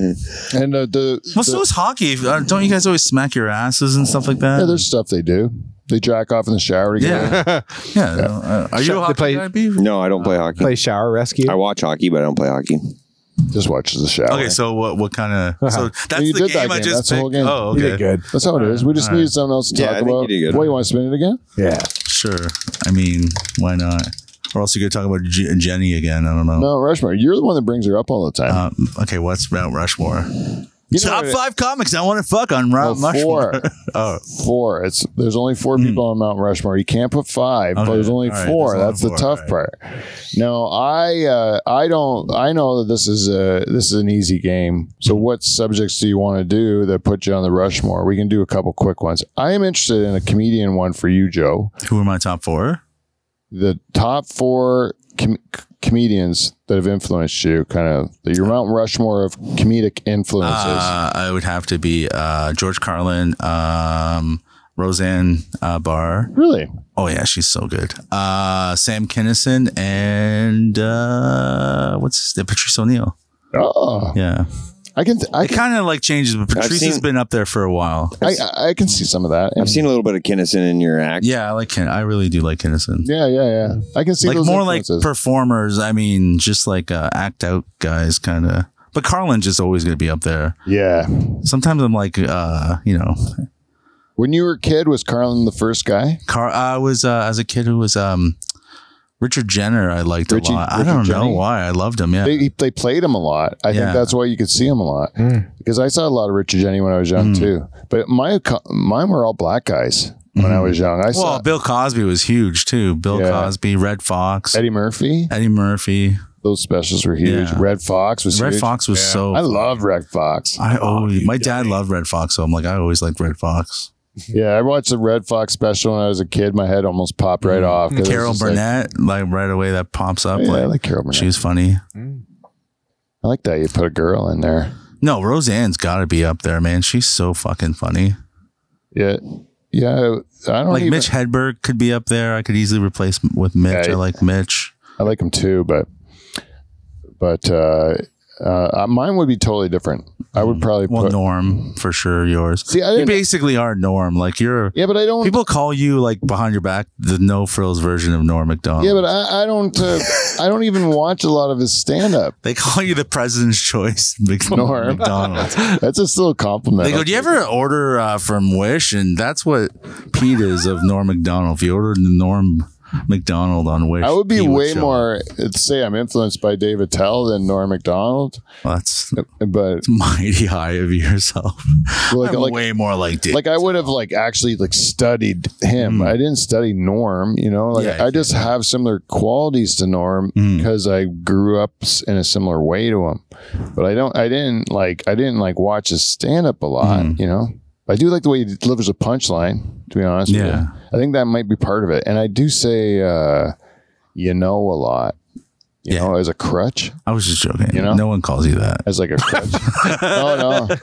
S1: and uh, the,
S4: Well,
S1: the-
S4: so is hockey. Uh, Don't you guys always smack your asses and stuff like that?
S1: yeah, there's stuff they do. They jack off in the shower together.
S4: yeah, yeah. Uh, are you a
S2: They
S4: hockey
S2: play-
S4: guy, Beef?
S3: no, I don't play hockey.
S2: [laughs] Play shower rescue.
S3: I watch hockey, but I don't play hockey.
S1: Just watch the shower.
S4: Okay, so what what
S1: [laughs]
S4: kind of so that's
S1: you
S4: the
S1: did that
S4: game I
S1: game.
S4: just
S1: That's the whole
S4: picked?
S1: game.
S2: You
S4: Oh, okay,
S2: did good.
S1: That's how it is. We just needed something else to
S3: Yeah,
S1: talk
S3: I think you
S1: about.
S3: did good.
S1: What you want to spin it again?
S2: Yeah.
S4: sure. I mean, why not? Or else you're gonna talk about J- Jenny again. I don't know.
S1: No, Rushmore. You're the one that brings her up all the time.
S4: Um, okay, what's Mount Rushmore?
S1: You know
S4: Top
S1: what it-
S4: five comics I want to fuck on
S1: Well,
S4: Mount Uh, Rushmore.
S1: four.
S4: [laughs] Oh,
S1: Four. It's there's only four people on Mount Rushmore. You can't put five, but
S4: Okay.
S1: there's only
S4: All right.
S1: four.
S4: There's only
S1: That's the
S4: four.
S1: tough
S4: All
S1: part. No, I uh, I don't. I know that this is a this is an easy game. So,
S4: Hmm.
S1: what subjects do you want to do that put you on the Rushmore? We can do a couple quick ones. I am interested in a comedian one for you, Joe.
S4: who are my top four?
S1: The top four com- comedians that have influenced you, kind of your Mount Rushmore of comedic influences.
S4: Uh, I would have to be uh, George Carlin, um, Roseanne uh, Barr.
S1: really?
S4: Oh yeah, she's so good. Uh, Sam Kinison and uh, what's his, Patrice O'Neill.
S1: Oh,
S4: Yeah,
S1: I can. Th- I
S4: it
S1: can.
S4: kind of like changes, but Patrice has
S3: seen-
S4: been up there for a while.
S1: I, I can see some of that.
S3: I've seen a little bit of Kinnison in your act.
S4: Yeah, I like Kin- I really do like Kinison.
S1: Yeah, yeah, yeah. I can see
S4: like
S1: those
S4: more
S1: influences.
S4: like performers. I mean, just like uh, act out guys, kind of. But Carlin's just always going to be up there.
S1: yeah.
S4: Sometimes I'm like, uh, you know,
S1: When you were a kid, was Carlin the first guy?
S4: Car. I was uh, as a kid who was um, Richard Jenner. I liked
S1: Richie-
S4: a lot. I
S1: Richard
S4: don't know
S1: Jenny?
S4: why. I loved him. Yeah.
S1: They they played him a lot. I
S4: Yeah.
S1: think that's why you could see him a lot.
S2: Mm.
S1: Because I saw a lot of Richard Jenny when I was young
S4: Mm.
S1: too. But my co- mine were all black guys when I
S4: Mhm.
S1: was young. I
S4: Well,
S1: saw
S4: Bill Cosby was huge too. Bill
S1: Yeah.
S4: Cosby, Red Fox, Eddie,
S1: Eddie Murphy.
S4: Murphy.
S1: Those specials were huge.
S4: Yeah.
S1: Red Fox was
S4: Red
S1: huge.
S4: Fox was so.
S1: I love Red Fox.
S4: [laughs] I always, my dad loved Red Fox, so I'm like, I always liked Red Fox.
S1: Yeah, I watched the Red Fox special when I was a kid. My head almost popped right off. 'cause it was
S4: Carol
S1: just like-
S4: Burnett, like, right away, that pops up.
S1: yeah, I
S4: like,
S1: like Carol Burnett.
S4: she was funny.
S2: Mm.
S1: I like that you put a girl in there.
S4: No, Roseanne's got to be up there, man. She's so fucking funny.
S1: Yeah, yeah. I don't
S4: Like
S1: even,
S4: Mitch Hedberg could be up there. I could easily replace m- with Mitch.
S1: Yeah.
S4: I like Mitch.
S1: I like him too, but but uh, uh, mine would be totally different. I would probably
S4: Well,
S1: put
S4: Norm for sure. Yours.
S1: see. I
S4: You
S1: didn't.
S4: basically are Norm. Like you're.
S1: Yeah, but I don't.
S4: People call you like behind your back the no frills version of Norm Macdonald.
S1: yeah, but I, I don't. Uh, I don't even watch a lot of his stand up.
S4: They call you the president's choice, [laughs] Mc-
S1: Norm.
S4: McDonald's.
S1: That's a still a compliment.
S4: They go, do you ever order uh, from Wish? And that's what Pete is of Norm McDonald. If you ordered the Norm McDonald on Wish,
S1: I would be
S4: he
S1: way
S4: show up.
S1: more say I'm influenced by David Tell than Norm Macdonald,
S4: Well, that's
S1: but
S4: mighty high of yourself.
S1: like
S4: I'm
S1: like,
S4: way more like Dick.
S1: like I would have like actually like studied him.
S4: Mm.
S1: I didn't study Norm, you know. Like
S4: Yeah,
S1: I just have similar qualities to Norm
S4: Mm.
S1: because I grew up s- in a similar way to him. But I don't. I didn't like. I didn't like watch his stand up a lot.
S4: Mm.
S1: You know. I do like the way he delivers a punchline. To be honest, with
S4: Yeah.
S1: you. I think that might be part of it. And I do say, uh, you know, a lot. You
S4: Yeah.
S1: know, as a crutch,
S4: I was just joking.
S1: You know?
S4: No one calls you that.
S1: as like a crutch.
S4: [laughs]
S1: no, no.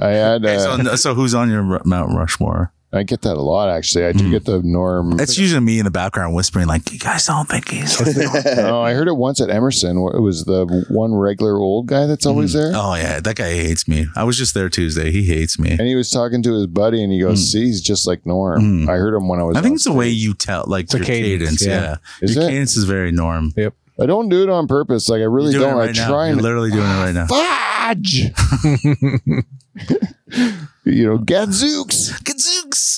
S1: I had.
S4: Okay, so,
S1: Uh,
S4: so who's on your Ru- Mount Rushmore?
S1: I get that a lot. Actually, I do
S4: Mm.
S1: get the Norm.
S4: It's usually me in the background whispering, like, you guys don't think he's.
S3: [laughs]
S1: Oh, I heard it once at Emerson. where It was the one regular old guy that's always there.
S4: oh, yeah. That guy hates me. I was just there Tuesday. He hates me.
S1: And he was talking to his buddy and he goes,
S4: Mm.
S1: see, he's just like Norm.
S4: Mm.
S1: I heard him when I was.
S4: I think
S1: on
S4: it's the way you tell, like
S2: a
S4: your cadence.
S2: cadence,
S4: Yeah.
S2: yeah.
S1: Is
S4: your
S1: it?
S4: cadence is very norm.
S1: I don't do it on purpose. Like, I really
S4: You're doing
S1: don't.
S4: it right
S1: I
S4: now.
S1: try
S4: You're
S1: and.
S4: literally doing it right now. [laughs]
S1: Fudge! [laughs] you know, gadzooks.
S4: Kazooks.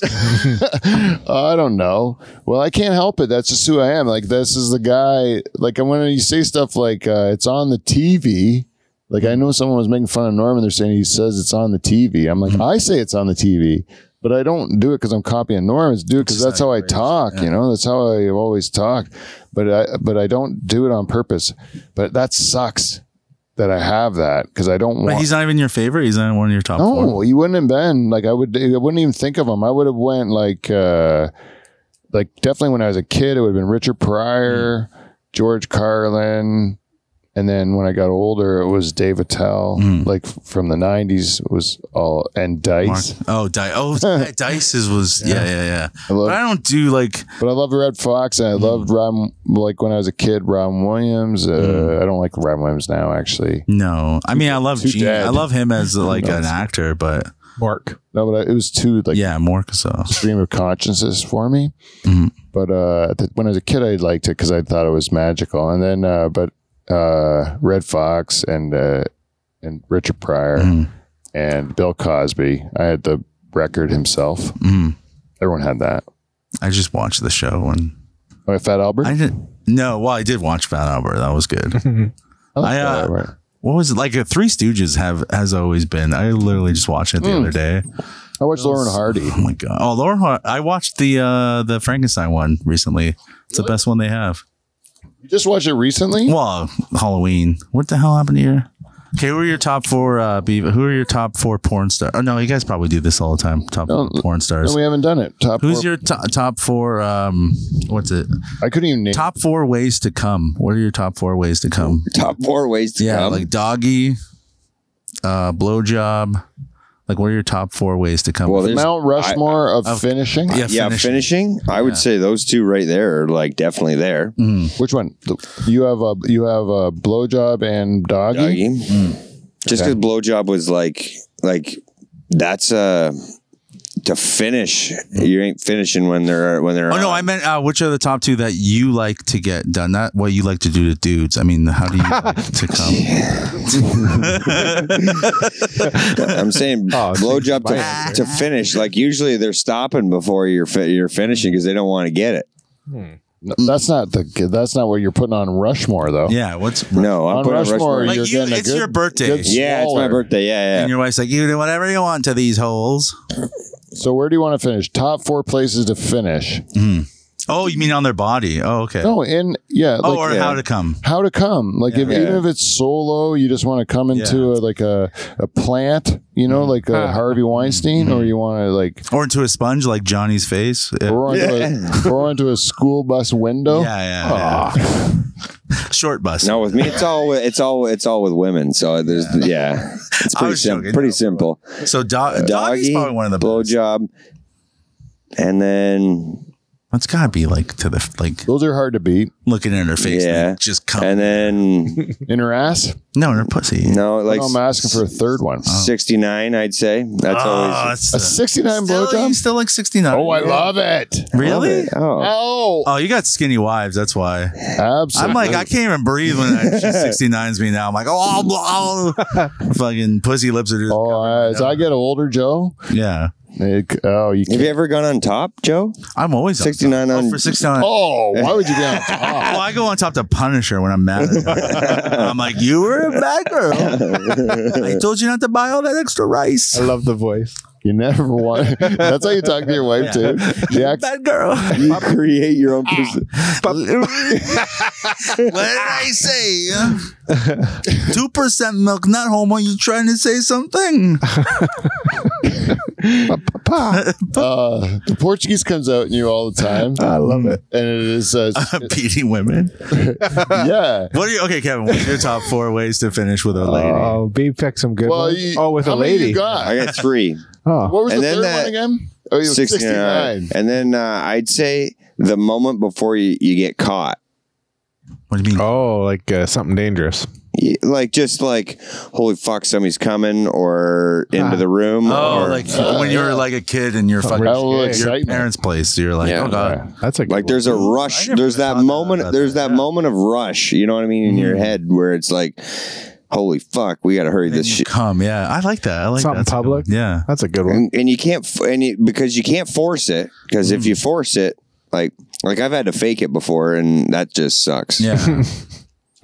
S1: [laughs] I don't know. Well, I can't help it. That's just who I am. Like this is the guy. Like and when you say stuff like uh, it's on the TV. Like I know someone was making fun of Norman. They're saying he says it's on the TV. I'm
S4: Hmm.
S1: like I say it's on the TV, but I don't do it because I'm copying Norm. It's do it because
S4: It's
S1: that's
S4: not
S1: how I
S4: crazy,
S1: talk.
S4: yeah.
S1: You know, that's how I always talk. But I but I don't do it on purpose. But that sucks that I have that because I don't
S4: But
S1: want.
S4: he's not even your favorite. He's not one of your top
S1: No,
S4: four.
S1: you wouldn't have been like I would. I wouldn't even think of him. I would have went like, uh like definitely when I was a kid, it would have been Richard Pryor,
S4: Mm.
S1: George Carlin, and then when I got older, it was Dave Attell.
S4: Mm.
S1: Like f- from the '90s was all and Dice.
S4: Mark- Oh, Dice.
S1: [laughs]
S4: Oh, Di- Dice's was yeah, yeah, yeah.
S1: I
S4: But
S1: love,
S4: I Mm. don't do like
S1: but I love Red Fox, and I loved Ron. Like when I was a kid, Ron Williams. Uh,
S4: Mm.
S1: I don't like Ron Williams now, actually.
S4: no. I mean, I love
S1: Too
S4: Gene.
S1: dead.
S4: I love
S1: [laughs]
S4: him as like an actor, but
S2: [laughs] Mark.
S1: No, but I, it was too like
S4: yeah, more so.
S1: stream of consciousness for me.
S4: Mhm.
S1: But uh, th- when I was a kid, I liked it because I thought it was magical. And then, uh, but uh, Red Fox and uh, and Richard Pryor
S4: Mm,
S1: and Bill Cosby, I had the record himself.
S4: mm.
S1: Everyone had that.
S4: I just watched the show and
S1: Oh, Fat Albert.
S4: I didn't. No, well, I did watch Fat Albert. That was good.
S1: like
S4: I,
S1: Fat
S4: uh,
S1: Albert.
S4: What was it like? uh, Three Stooges have has always been. I literally just watched it the
S1: Mm.
S4: other day.
S1: I watched Lauren Hardy.
S4: Oh my god! Oh, Lauren, Har- I watched the uh the Frankenstein one recently. It's the best one they have.
S1: You just watched it recently.
S4: Well, Halloween. What the hell happened here? Okay, who are your top four? Uh, Beav- who are your top four porn stars? Oh no, you guys probably do this all the time. Top
S1: No,
S4: four porn
S1: No,
S4: stars.
S1: we haven't done it. Top.
S4: Who's
S1: four-
S4: your to- top four? Um, what's it?
S1: I couldn't even name.
S4: Top four ways to come. What are your top four ways to come?
S3: Top four ways to
S4: Yeah,
S3: come.
S4: like doggy, uh, blowjob. Like, what are your top four ways to come?
S3: Well, there's-
S1: Mount Rushmore of
S4: of-
S1: finishing.
S4: yeah,
S3: yeah,
S4: finish.
S3: finishing. I would say those two right there are like definitely there.
S4: Mm.
S1: Which one? The- You have a you have a blowjob and doggy.
S3: Doggy.
S4: Mm.
S3: Just because blowjob was like like that's uh to finish. You ain't finishing when they're when they're.
S4: Oh no,
S3: on.
S4: I meant uh, which are the top two that you like to get done? Not what you like to do to dudes. I mean, how do you like
S1: [laughs]
S4: to come?
S3: I'm
S4: [laughs]
S3: saying
S2: Oh,
S3: blowjob
S2: thanks,
S3: to, to finish. Like usually they're stopping before you're fi- you're finishing because they don't want to get it.
S1: No, That's not the. That's not what you're putting on Rushmore though.
S4: yeah, what's
S3: No, I'm
S1: On
S3: putting
S1: Rushmore,
S3: Rushmore.
S1: Like, you're
S4: like you?
S1: getting a
S4: It's
S1: good-
S4: your birthday,
S1: good-
S3: yeah, it's my
S1: smaller.
S3: birthday. Yeah,
S4: and
S3: yeah.
S4: your wife's like, you do whatever you want to these holes.
S1: So where do you want to finish? Top four places to finish.
S4: Oh, you mean on their body? Oh, okay.
S1: Mm-hmm. No, in yeah.
S4: oh,
S1: like,
S4: or
S3: yeah.
S4: how to come?
S1: how to come? Like if,
S3: Yeah.
S1: even if it's solo, you just want to come into a, like a a plant, you
S4: Mm-hmm.
S1: know, like a Harvey Weinstein, or you want to like
S4: Or into a sponge like Johnny's face? Yeah,
S1: throw onto, a,
S4: [laughs]
S1: throw onto a school bus window.
S4: yeah, yeah, yeah. [laughs] Short bus.
S3: Ah. No, with me it's all with- it's all it's all with women. So there's yeah, it's
S4: I
S3: pretty
S4: was
S3: simple.
S4: joking.
S3: Pretty simple.
S4: So dog, doggy's
S3: Doggy,
S4: probably one of the best.
S3: blowjob, and then
S4: It's gotta be like to the like
S1: Those are hard to beat.
S4: looking in her face.
S3: Yeah.
S4: like, just come.
S3: and [laughs] then
S1: In her ass.
S4: no, in her pussy.
S3: no,
S1: Like,
S3: like
S1: I'm asking for a third one.
S3: sixty nine. I'd say that's
S4: oh,
S3: always.
S4: it's
S1: A
S4: the-
S1: 69
S4: still, You
S1: blowjob.
S4: still like 69.
S1: Oh, I love it.
S4: Really?
S3: Oh,
S1: Oh,
S4: Oh, you got skinny wives. That's why.
S1: absolutely.
S4: I'm like, I can't even breathe when I,
S3: [laughs]
S4: she 69s me now. I'm like, oh, blah, blah. fucking pussy lips are just.
S1: Oh, uh, as I get older, Joe.
S4: Yeah.
S1: it- oh, you
S3: have
S1: can't.
S3: you ever gone on top, Joe?
S4: I'm always on top.
S3: 69 on-
S4: Oh, for 69.
S1: Oh, why would you [laughs] get on top?
S4: Well, Oh, I go on top to punish her when I'm mad. At her. I'm like, you were a bad girl. I told you not to buy all that extra rice.
S1: Oh,
S2: I love the voice.
S1: You never want. [laughs] That's how you talk to your wife too. She acts,
S4: Bad girl.
S3: [laughs] You create your own. Pers-
S4: What did I say? [laughs] Two percent milk, not homo. You trying to say something? [laughs]
S1: uh, the Portuguese comes out in you all the time. I love it, and it is uh,
S4: Beating women.
S1: yeah.
S4: What are you? Okay, Kevin. What's your top four ways to finish with a lady?
S2: Oh, B picked some good
S1: Well,
S2: ones.
S1: you,
S2: oh, with
S1: how
S2: a
S1: many
S2: lady.
S1: You
S3: I
S1: got.
S3: got [laughs] three.
S2: Oh,
S1: What was
S3: And
S1: the
S3: then
S1: third
S3: that-
S1: one again? Oh, you
S3: 69.
S1: sixty-nine.
S3: And then uh, I'd say the moment before you, you get caught.
S4: What do you mean?
S2: oh, like uh, something dangerous.
S3: You- Like, just like, holy fuck, somebody's coming or into the room.
S4: Oh,
S3: or,
S4: like when you were like a kid and you're fucking
S1: That little
S4: your
S1: excitement.
S4: parents' place. You're like,
S3: Yeah.
S4: oh god,
S2: That's a good
S3: Like there's a rush.
S4: never
S3: There's that
S4: thought
S3: moment.
S4: about
S3: There's that
S4: that, yeah.
S3: moment of rush. You know what I mean in your head where it's like, holy fuck, we got to hurry
S4: Then
S3: this
S4: you
S3: shit.
S4: come, yeah. I like that. I like
S2: Something
S4: that. That's a good
S2: public?
S4: one. Yeah.
S2: That's a good one.
S3: And, and you can't, f- and you, because you can't force it. Because if you force it, like, like I've had to fake it before, and that just sucks.
S4: Yeah,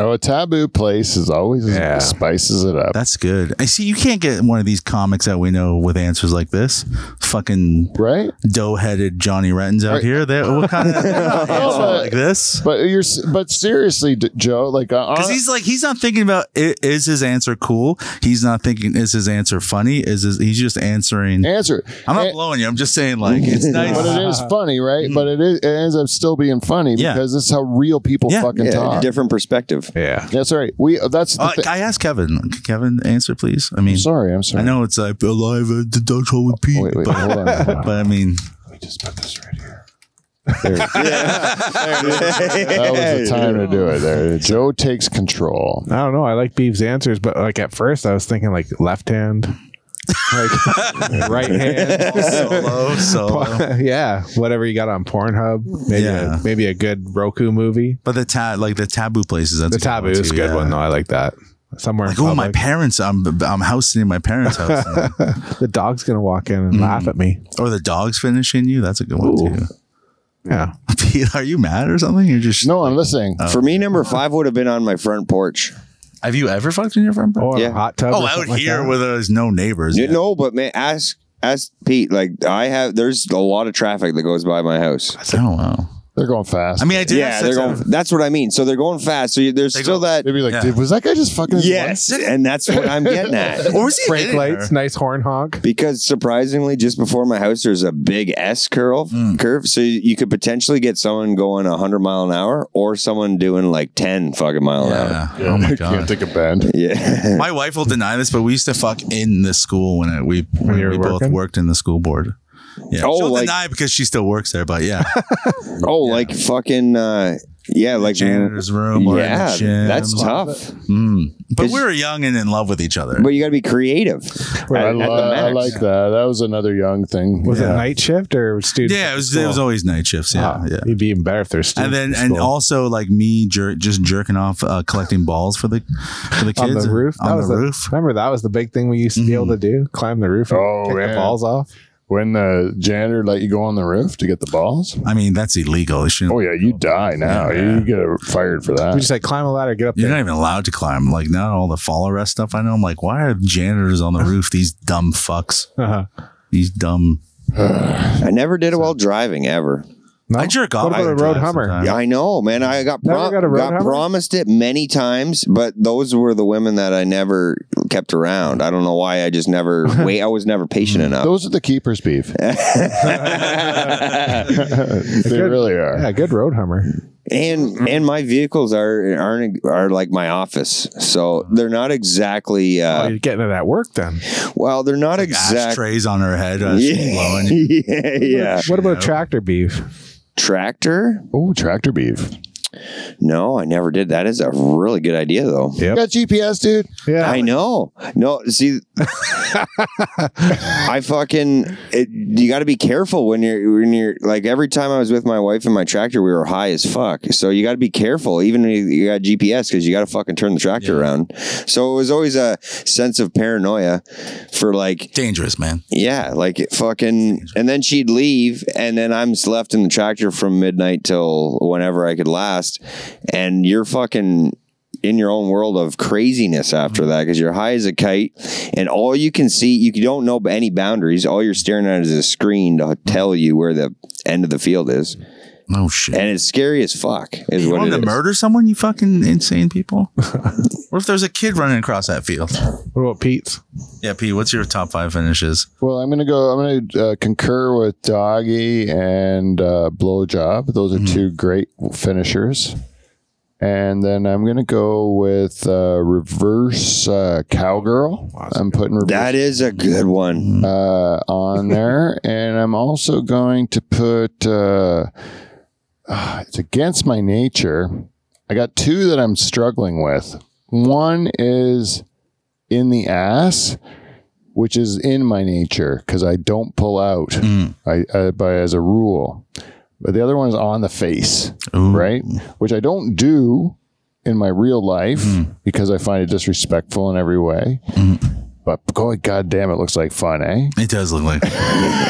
S1: Oh, a taboo place is always
S2: Yeah.
S1: spices it up.
S4: that's good. I see you can't get one of these comics that we know with answers like this. Fucking
S1: right?
S4: dough-headed Johnny Renton's out
S1: Right.
S4: here. That what kind of [laughs] answer like this?
S1: But you're s- but seriously, D- Joe, like uh,
S4: Because he's like he's not thinking about i- is his answer cool. He's not thinking is his answer funny. Is his, he's just answering.
S1: answer.
S4: I'm not
S1: Eh,
S4: blowing you. I'm just saying
S2: [laughs]
S4: like it's
S1: but
S4: nice. Uh, [laughs]
S1: it is funny, right? But it is it ends up still being funny
S4: Yeah.
S1: because that's how real people
S4: Yeah.
S1: fucking
S3: Yeah,
S1: talk.
S3: different perspective.
S2: Yeah.
S1: That's all right. We that's the
S4: Uh,
S1: thing.
S4: I asked Kevin. Can Kevin, answer please. I mean,
S1: I'm sorry, I'm sorry.
S4: I know it's like alive at the Dutch hole with
S2: Oh,
S4: Pete,
S1: Wait, wait,
S4: but,
S1: hold
S4: [laughs]
S1: on. Hold on.
S4: but
S2: [laughs]
S4: I mean,
S1: That was the time to do it. There, Joe takes control.
S2: I don't know. I like Beeves' answers, but like at first I was thinking like left hand, [laughs] like right hand.
S4: solo, solo.
S2: [laughs] yeah, whatever you got on Pornhub, maybe
S4: Yeah.
S2: a, maybe a good Roku movie.
S4: But the ta- like the taboo places. That's
S2: The
S4: a good one,
S2: taboo is a
S4: too,
S2: good
S4: yeah.
S2: one though. I like that. Somewhere
S4: Like
S2: in
S4: oh my
S2: public,
S4: parents, I'm I'm housing in my parents' house,
S2: the dog's gonna walk in and laugh
S4: Mm-hmm.
S2: at me.
S4: [laughs] or the dog's finishing you. That's a good one too. [laughs]
S2: Yeah,
S4: Pete, are you mad or something? You're just
S1: No, I'm listening.
S4: Oh.
S3: For me, number five would have been on my front porch.
S4: Have you ever fucked in your front porch?
S2: or
S3: Yeah.
S2: a hot tub. or
S4: Oh, out
S2: something like
S4: here
S2: that.
S4: where there's no neighbors.
S3: You
S4: yet.
S3: No, but man, ask ask Pete. Like I have, there's a lot of traffic that goes by my house.
S4: Oh wow.
S1: They're going fast.
S4: I mean, I did.
S3: yeah,
S4: have
S3: they're
S4: sex
S3: going.
S4: out-
S3: That's what I mean. So they're going fast. So you, there's
S4: They
S3: still
S4: go-
S3: that.
S1: they'd be like,
S4: Yeah.
S1: "Dude, was that guy just fucking?"
S3: Yes, and that's what I'm getting at.
S4: [laughs] Or was he
S2: brake
S4: hitting
S2: lights,
S4: her?
S2: nice horn honk.
S3: Because surprisingly, just before my house, there's a big S curve.
S4: Hmm.
S3: Curve, so you could potentially get someone going 100 mile an hour, or someone doing like 10 fucking mile an hour.
S4: Yeah. Oh my
S1: you [laughs] can't
S4: god.
S1: take a bend.
S4: [laughs]
S3: Yeah,
S4: My wife will deny this, but we used to fuck in the school when I, we when,
S2: you were
S4: we both
S2: working?
S4: worked in the school board. Yeah.
S3: Oh,
S4: She'll
S3: like-
S4: deny because she still works there, but yeah,
S3: oh, like fucking, uh, yeah, like
S4: janitor's room or in
S3: yeah,
S4: the gym.
S3: that's tough.
S4: Mm. But
S3: It's-
S4: we were young and in love with each other.
S3: But you got to be creative.
S1: I,
S3: At- at the
S1: lo- I
S3: max.
S1: like that. That was another young thing.
S2: Was
S4: Uh, Yeah.
S2: it night shift or student?
S4: yeah, it was it was always night shifts. Yeah,
S2: Ah,
S4: yeah.
S2: It'd be even better if they're
S4: And
S2: students.
S4: then
S2: at
S4: and
S2: school.
S4: also like me jer- just jerking off, uh, collecting balls for the for the
S2: on
S4: kids
S2: the roof.
S4: on
S2: was
S4: the roof.
S2: Remember that was the big thing we used to be able to
S4: Mm-hmm.
S2: do: climb the roof and
S1: Oh,
S2: kick
S1: man.
S2: the balls off.
S1: when the janitor let you go on the roof to get the balls.
S4: I mean, that's illegal. You shouldn't-
S1: Oh yeah, you die now. You get fired for that.
S2: We just like climb a ladder, get up
S4: You're
S2: there.
S4: not even allowed to climb. Like now, all the fall arrest stuff I know. I'm like, why are janitors on the roof? These dumb fucks.
S2: Uh-huh.
S4: These dumb.
S3: I never did it while driving ever.
S2: No?
S4: I jerk off.
S2: What about
S4: while
S2: a
S4: I
S2: road
S4: drive
S2: hummer?
S4: sometimes.
S3: I know, man. I got
S2: Never
S3: prom-
S2: got a road
S3: got
S2: hammer?
S3: promised it many times, but those were the women that I never kept around. I don't know why. I
S2: [laughs]
S3: just never wait. I was never patient enough.
S1: Those are the keepers, beef. [laughs] they
S2: Good.
S1: really are.
S2: Yeah, good road hummer.
S3: [laughs] And and my vehicles are aren't e, are like my office, so they're not exactly.
S2: Oh,
S3: Uh,
S2: you're getting it at work then.
S3: well, they're not exactly.
S4: ashtrays on her head. Uh, she's
S3: Yeah,
S4: blowing.
S3: [laughs] yeah,
S2: [laughs]
S3: yeah.
S2: What about tractor beef?
S3: Tractor?
S1: Oh, tractor beef.
S3: No, I never did. That is a really good idea, though.
S1: You got GPS, dude.
S2: Yeah,
S3: I know. No, see, I fucking. It, you got to be careful when you're when you're like every time I was with my wife in my tractor, we were high as fuck. So you got to be careful, even if you got GPS, because you got to fucking turn the tractor around. So it was always a sense of paranoia for like
S4: Dangerous, man.
S3: yeah, like it fucking. And then she'd leave, and then I'm s- left in the tractor from midnight till whenever I could last. And you're fucking in your own world of craziness after
S4: Mm-hmm.
S3: that because you're high as a kite, and all you can see, you don't know any boundaries. All you're staring at is a screen to tell you where the end of the field is,
S4: Oh shit.
S3: and it's scary as fuck. Is
S4: you
S3: what
S4: want
S3: it
S4: to
S3: is.
S4: murder someone? You fucking insane people. what if there's a kid running across that field?
S2: What about Pete's?
S4: Yeah, P. What's your top five finishes?
S1: Well, I'm gonna go. I'm gonna uh, concur with doggy and uh, blowjob. Those are two great finishers. And then I'm gonna go with uh, reverse uh, cowgirl. I'm putting reverse
S3: That is a good one.
S4: Mm-hmm.
S1: uh, on there, and I'm also going to put. Uh, ah, it's against my nature. I got two that I'm struggling with. One is in the ass, which is in my nature because I don't pull out.
S4: Mm.
S1: I, I by as a rule, but the other one is on the face,
S4: Ooh.
S1: right? Which I don't do in my real life because I find it disrespectful in every way. But boy, goddamn, it looks like fun, eh?
S4: It does look like.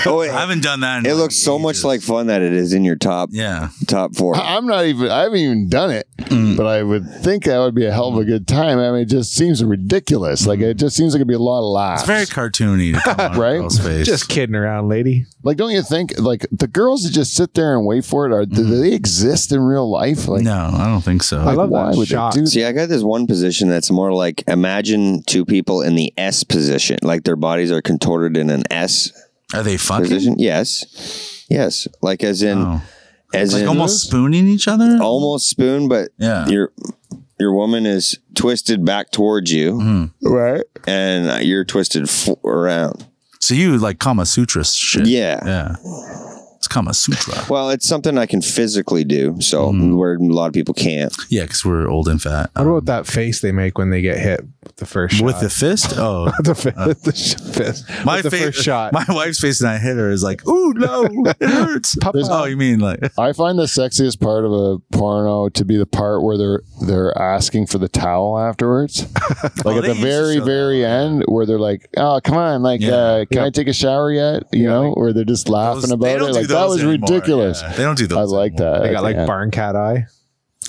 S3: Oh,
S4: I
S3: it,
S4: haven't done that. In
S3: it
S4: like
S3: looks so much
S4: ages.
S3: like fun that it is in your top
S4: Yeah.
S3: top four.
S1: I- I'm not even. I haven't even done it,
S4: Mm.
S1: but I would think that would be a hell of a good time. I mean, it just seems ridiculous. Like it just seems like it'd be a lot of laughs.
S4: It's very cartoony, to
S1: [laughs]
S4: come on a
S1: Right?
S4: girl's face.
S2: Just kidding around, lady.
S1: like, don't you think? Like the girls that just sit there and wait for it. Are do they exist in real life? Like,
S4: Mm. no, I don't think so.
S2: I love
S1: why
S2: that
S1: would
S2: shot.
S1: they do?
S3: See, I got this one position that's more like imagine two people in the S position, like their bodies are contorted in an S
S4: Are they fucking?
S3: position. Yes, yes, like as in
S4: Oh.
S3: as
S4: Like
S3: in
S4: almost spooning each other?
S3: almost spoon, but
S4: Yeah.
S3: your your woman is twisted back towards you,
S4: Mm-hmm.
S1: Right?
S3: and you're twisted f- around.
S4: So you like Kama Sutra shit.
S3: Yeah.
S4: Yeah. It's Kama Sutra.
S3: Well, it's something I can physically do, so
S4: Mm-hmm.
S3: where a lot of people can't.
S4: Yeah, because we're old and fat.
S2: What about that face they make when they get hit with the first shot?
S4: Um, [laughs] With the fist? Oh.
S2: [laughs] the, fi- the sh- fist.
S4: My
S2: with the
S4: fa-
S2: first shot.
S4: My wife's face and I hit her is like, ooh, no, [laughs] it hurts. Oh, you mean like
S1: I find the sexiest part of a porno to be the part where they're they're asking for the towel afterwards,
S4: [laughs]
S1: like
S4: Oh,
S1: at the
S4: they used to
S1: very
S4: show that.
S1: very end, where they're like, "Oh, come on, like,
S4: Yeah.
S1: uh, can I take a shower yet?" You know, where they're just laughing
S4: Those- they
S1: about
S4: don't
S1: it.
S4: do
S1: Like that
S4: those
S1: was
S4: anymore.
S1: ridiculous.
S4: Yeah, they don't do those.
S1: I like
S4: anymore.
S1: that.
S2: they got like
S1: Yeah.
S2: barn cat eye.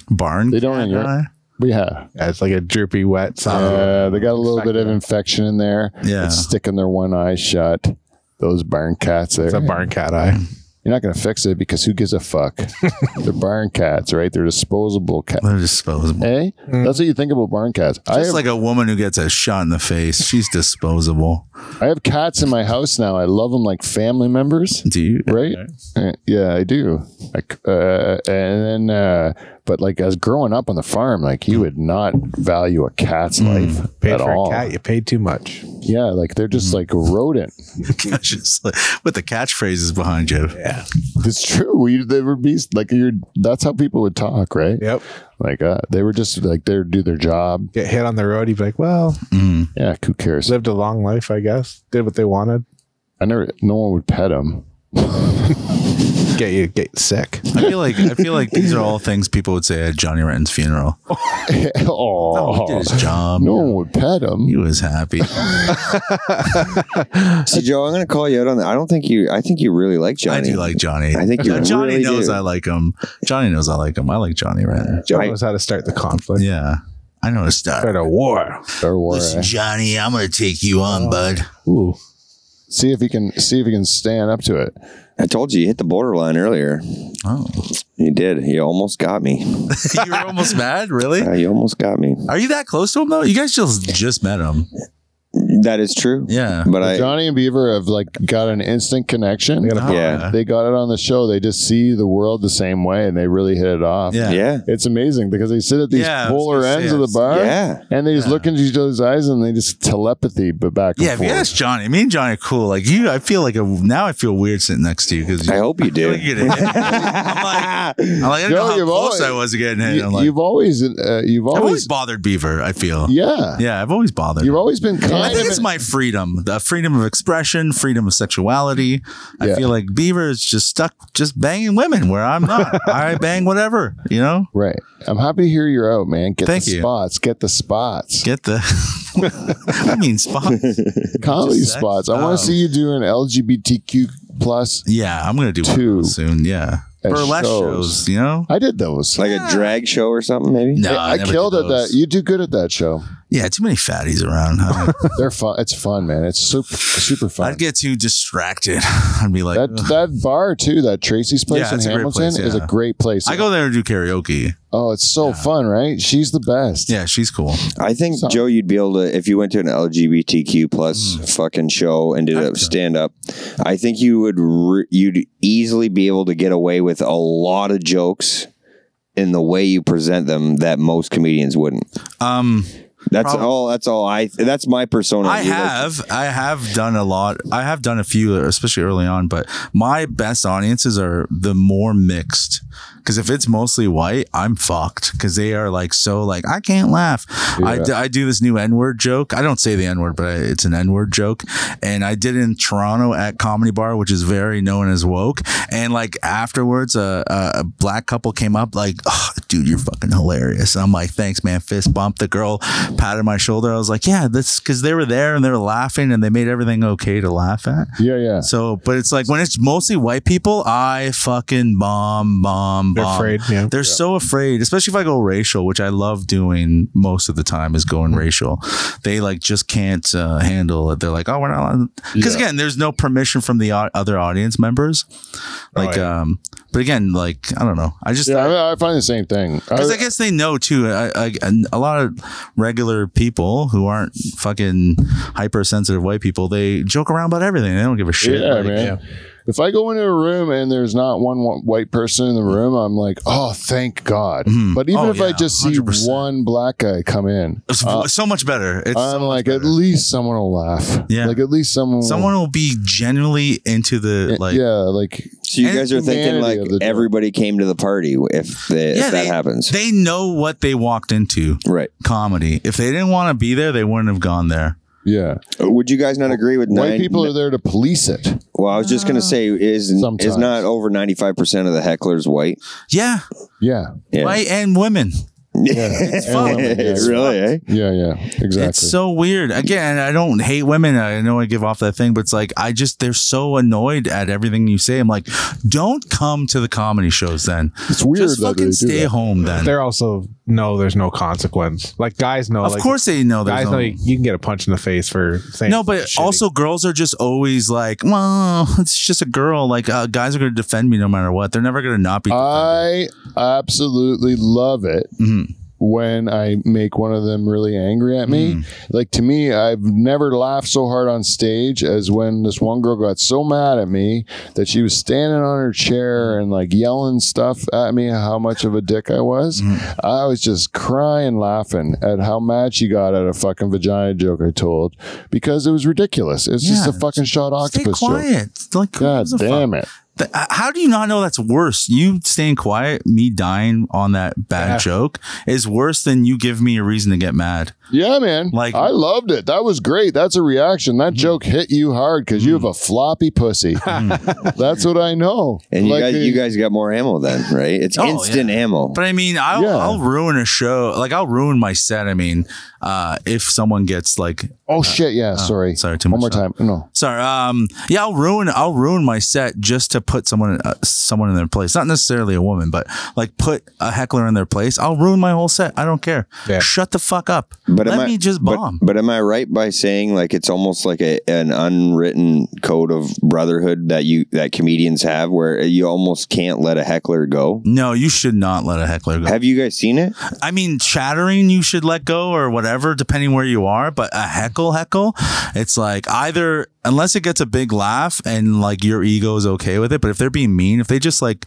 S4: Barn.
S1: They don't
S4: cat
S1: anymore.
S4: eye?
S1: yeah,
S2: Yeah, it's like a droopy wet sound.
S1: Uh, they got a little bit of infection in there.
S4: Oh, Yeah.
S1: It's sticking their one eye shut. Those barn cats there.
S2: It's a barn cat eye.
S1: You're not going to fix it because who gives a fuck?
S2: [laughs]
S1: They're barn cats, right? They're disposable cats.
S4: They're disposable.
S1: Eh?
S2: Mm.
S1: That's what you think about barn cats. I
S4: Just
S1: have,
S4: like a woman who gets a shot in the face. She's disposable.
S1: I have cats in my house now. I love them like family members,
S4: Do you? [laughs]
S1: right? Uh, Yeah, I do. Like, uh, and then, uh, but like as growing up on the farm, like you would not value a cat's life
S2: Paid
S1: at
S2: Mm. for
S1: all.
S2: a cat, you paid too much.
S1: Yeah, like they're just
S4: Mm-hmm.
S1: like a rodent. [laughs]
S4: Just like, with the catchphrases behind you.
S1: It's true. We they would be like you're. That's how people would talk, right?
S2: Yep.
S1: Like uh, they were just like they would do their job.
S2: Get hit on the road, you'd be like, well,
S4: Mm.
S1: Yeah, who cares?
S2: lived a long life, I guess. Did what they wanted.
S1: I never. No one would pet [laughs] them.
S2: Get you get sick.
S4: I feel like I feel like these are all things people would say at Johnny Renton's funeral.
S1: oh,
S4: Oh, he did his job.
S1: no one would pet them.
S4: He was happy.
S3: See, Joe, I'm going to call you out on that. I don't think you. I think you really like Johnny.
S4: I do like Johnny.
S3: I think you
S4: No, [laughs] Johnny
S3: really
S4: knows
S3: do.
S4: I like him. Johnny knows I like him. I like Johnny Renton.
S2: Joe
S3: I-
S2: knows how to start the conflict.
S4: Yeah. I know a star.
S2: Start a war.
S1: Or war. eh?
S4: Listen, Johnny, I'm gonna take you on, bud.
S2: Ooh.
S1: See if he can. See if he can stand up to it.
S3: I told you you hit the borderline earlier.
S4: Oh.
S3: You did. You almost got me.
S4: you were almost mad, really?
S3: Uh, you almost got me.
S4: Are you that close to him though? You guys just just met him.
S3: That is true.
S4: Yeah.
S3: But I.
S1: Johnny and Beaver have like got an instant connection.
S2: They got
S4: Oh, [laughs]
S3: Yeah.
S1: They got it on the show. They just see the world the same way, and they really hit it off.
S4: Yeah.
S3: yeah.
S1: It's amazing because they sit at these
S4: Yeah, I was
S1: polar
S4: gonna say
S1: ends of the
S4: it's-
S1: bar.
S3: Yeah.
S1: And they just look into each other's eyes and they just telepathy, but back and
S4: Yeah, if
S1: forth.
S4: you ask Johnny, me and Johnny are cool. Like you, I feel like a, now I feel weird sitting next to you because
S3: I
S4: you,
S3: hope you
S4: feel
S3: do.
S4: like [laughs] you're gonna hit me. I'm like, I'm like, I didn't
S1: Yo,
S4: know how
S1: you've always-
S4: close I was to getting hit.
S1: you,
S4: I'm like,
S1: have always, uh, you've
S4: I've
S1: always,
S4: always bothered Beaver. I feel.
S1: yeah,
S4: Yeah, I've always bothered.
S1: you've
S4: him.
S1: always been kind
S4: I think
S1: of
S4: it's
S1: an-
S4: my freedom, the freedom of expression, freedom of sexuality. I
S1: Yeah.
S4: feel like Beaver is just stuck just banging women where
S1: [laughs]
S4: I'm not. I bang whatever, you know?
S1: right. I'm happy to hear you're out, man. Get
S4: Thank
S1: the
S4: you.
S1: spots, get the spots,
S4: Get the [laughs] I mean spot.
S1: [laughs] comedy
S4: just sex?
S1: spots. I want
S4: Oh.
S1: to see you do an LGBTQ plus.
S4: Yeah, I'm gonna do one of
S1: Two.
S4: those soon. Yeah.
S1: At
S4: Burlesque shows.
S1: shows.
S4: you know?
S1: I did those.
S3: like a drag show or something, maybe.
S4: No,
S1: I, I
S4: never
S1: killed
S4: did
S1: at that.
S4: those.
S1: You do good at that show.
S4: Yeah, too many fatties around.
S1: [laughs]
S4: I-
S1: They're fun. It's fun, man. It's super, super fun.
S4: I'd get too distracted. [laughs] I'd be like,
S1: that
S4: "Ugh."
S1: that bar too, that Tracy's place
S4: Yeah,
S1: in
S4: it's a great
S1: Hamilton,
S4: place,
S1: is
S4: yeah.
S1: a great place.
S4: I go there to do karaoke.
S1: oh, it's so fun, right? She's the best.
S4: Yeah, she's cool.
S3: I think Joe, you'd be able to if you went to an LGBTQ plus
S4: Mm.
S3: fucking show and did a stand up. I think you would re- you'd easily be able to get away with a lot of jokes in the way you present them that most comedians wouldn't.
S4: Um,
S3: That's all. That's all. I. That's my persona.
S4: I
S3: You like-
S4: have, I have done a lot. I have done a few, especially early on. But my best audiences are the more mixed. Because if it's mostly white, I'm fucked. Because they are like so like I can't laugh. I
S1: Yeah.
S4: d I I do this new N word joke. I don't say the N word, but I, it's an N word joke. And I did it in Toronto at Comedy Bar, which is very known as woke. And like afterwards, a, a, a black couple came up like, oh, "Dude, you're fucking hilarious." And I'm like, "Thanks, man." Fist bumped the girl, patted my shoulder. I was like, "Yeah, that's because they were there and they were laughing and they made everything okay to laugh at."
S1: Yeah, yeah.
S4: So, but it's like when it's mostly white people, I fucking bomb, bomb, bomb.
S2: They're afraid. Yeah.
S4: They're so afraid, especially if I go racial, which I love doing most of the time is going
S2: Mm-hmm.
S4: racial. They like just can't uh, handle it. They're like, oh, we're not. Because again, there's no permission from the o- other audience members. Like,
S2: yeah.
S4: um, but again, like I don't know. I just
S1: yeah, I, I find the same thing. I,
S4: because I guess they know too. I, I, a lot of regular people who aren't fucking hypersensitive white people, they joke around about everything. They don't give a shit.
S1: yeah,
S4: Like,
S1: man. If I go into a room and there's not one wh- white person in the room, I'm like, oh, thank God.
S4: Mhm.
S1: But even
S4: Oh,
S1: if I
S4: yeah,
S1: just see
S4: 100%.
S1: one black guy come in,
S4: It's
S1: Uh,
S4: so much better. It's
S1: I'm like, at least someone will laugh.
S4: Yeah.
S1: Like, at least someone. will- Eh,
S4: someone will be genuinely into the like.
S1: yeah, like
S3: So you
S4: And
S3: guys are thinking like
S1: humanity of the-
S3: everybody came to the party if, they,
S4: Yeah,
S3: if that
S4: they-
S3: happens,
S4: They know what they walked into.
S3: right?
S4: Comedy. If they didn't want to be there, they wouldn't have gone there.
S1: yeah.
S3: Would you guys not agree with
S1: White
S3: nine-
S1: people are there to police it.
S3: Well, I was just
S4: Oh.
S3: gonna say, is
S1: Sometimes.
S3: is not over ninety five percent of the hecklers white?
S4: Yeah,
S1: Yeah.
S3: Yeah, [laughs]
S4: white and women.
S1: It's fucked. It's
S3: really, eh?
S1: Yeah, yeah. Exactly.
S4: It's so weird. Again, I don't hate women. I know I give off that thing, but it's like I just they're so annoyed at everything you say. I'm like, don't come to the comedy shows then.
S1: It's weird
S4: just
S1: that they
S4: fucking
S1: do
S4: stay
S1: that.
S4: home then.
S2: They're also no. There's no consequence. Like guys know.
S4: of
S2: like,
S4: course they know there's
S2: guys
S4: no,
S2: know you, you can get a punch in the face for saying
S4: No, but
S2: something shitty.
S4: also girls are just always like, well, [laughs] it's just a girl. Like uh, guys are going to defend me no matter what. They're never going to not be.
S1: Uh,
S4: defended.
S1: I absolutely love it
S4: Mhm.
S1: when I make one of them really angry at me.
S4: Hmm.
S1: Like to me, I've never laughed so hard on stage as when this one girl got so mad at me that she was standing on her chair
S4: Hmm.
S1: and like yelling stuff at me how much of a dick I was.
S4: Hmm.
S1: I was just crying laughing at how mad she got at a fucking vagina joke I told because it was ridiculous. It's just
S4: Yeah.
S1: a fucking shot
S4: Stay
S1: octopus joke.
S4: quiet. Like, who
S1: God
S4: gives a fuck?
S1: damn it.
S4: Th- uh, How do you not know that's worse? You staying quiet, me dying on that bad
S2: Yeah.
S4: joke is worse than you give me a reason to get mad.
S1: Yeah, man.
S4: Like-
S1: Like I loved it. That was great. That's a reaction. That joke hit you hard because you have a floppy pussy. That's what I know.
S3: And you
S1: Like,
S3: guys,
S1: uh,
S3: you guys got more ammo then, right? It's
S4: Oh,
S3: instant ammo.
S4: But I mean, I'll,
S1: Yeah.
S4: I'll ruin a show. Like I'll ruin my set. I mean, uh, if someone gets like,
S1: Oh shit! Yeah, sorry.
S4: sorry, too
S1: One
S4: much
S1: more
S4: time.
S1: time. No.
S4: sorry, um, yeah, I'll ruin, I'll ruin my set just to put someone, uh, someone in their place. Not necessarily a woman, but like put a heckler in their place. I'll ruin my whole set. I don't care.
S2: Yeah.
S4: Shut the fuck up.
S3: But
S4: Let
S3: am I-
S4: me just
S3: but-
S4: bomb.
S3: But, am I right by saying like it's almost like a, an unwritten code of brotherhood that you that comedians have, where you almost can't let a heckler go?
S4: no, you should not let a heckler go.
S3: Have you guys seen it?
S4: I mean, chattering you should let go or whatever, depending where you are. But a heckle, heckle, it's like either unless it gets a big laugh and like your ego is okay with it. But if they're being mean, if they just like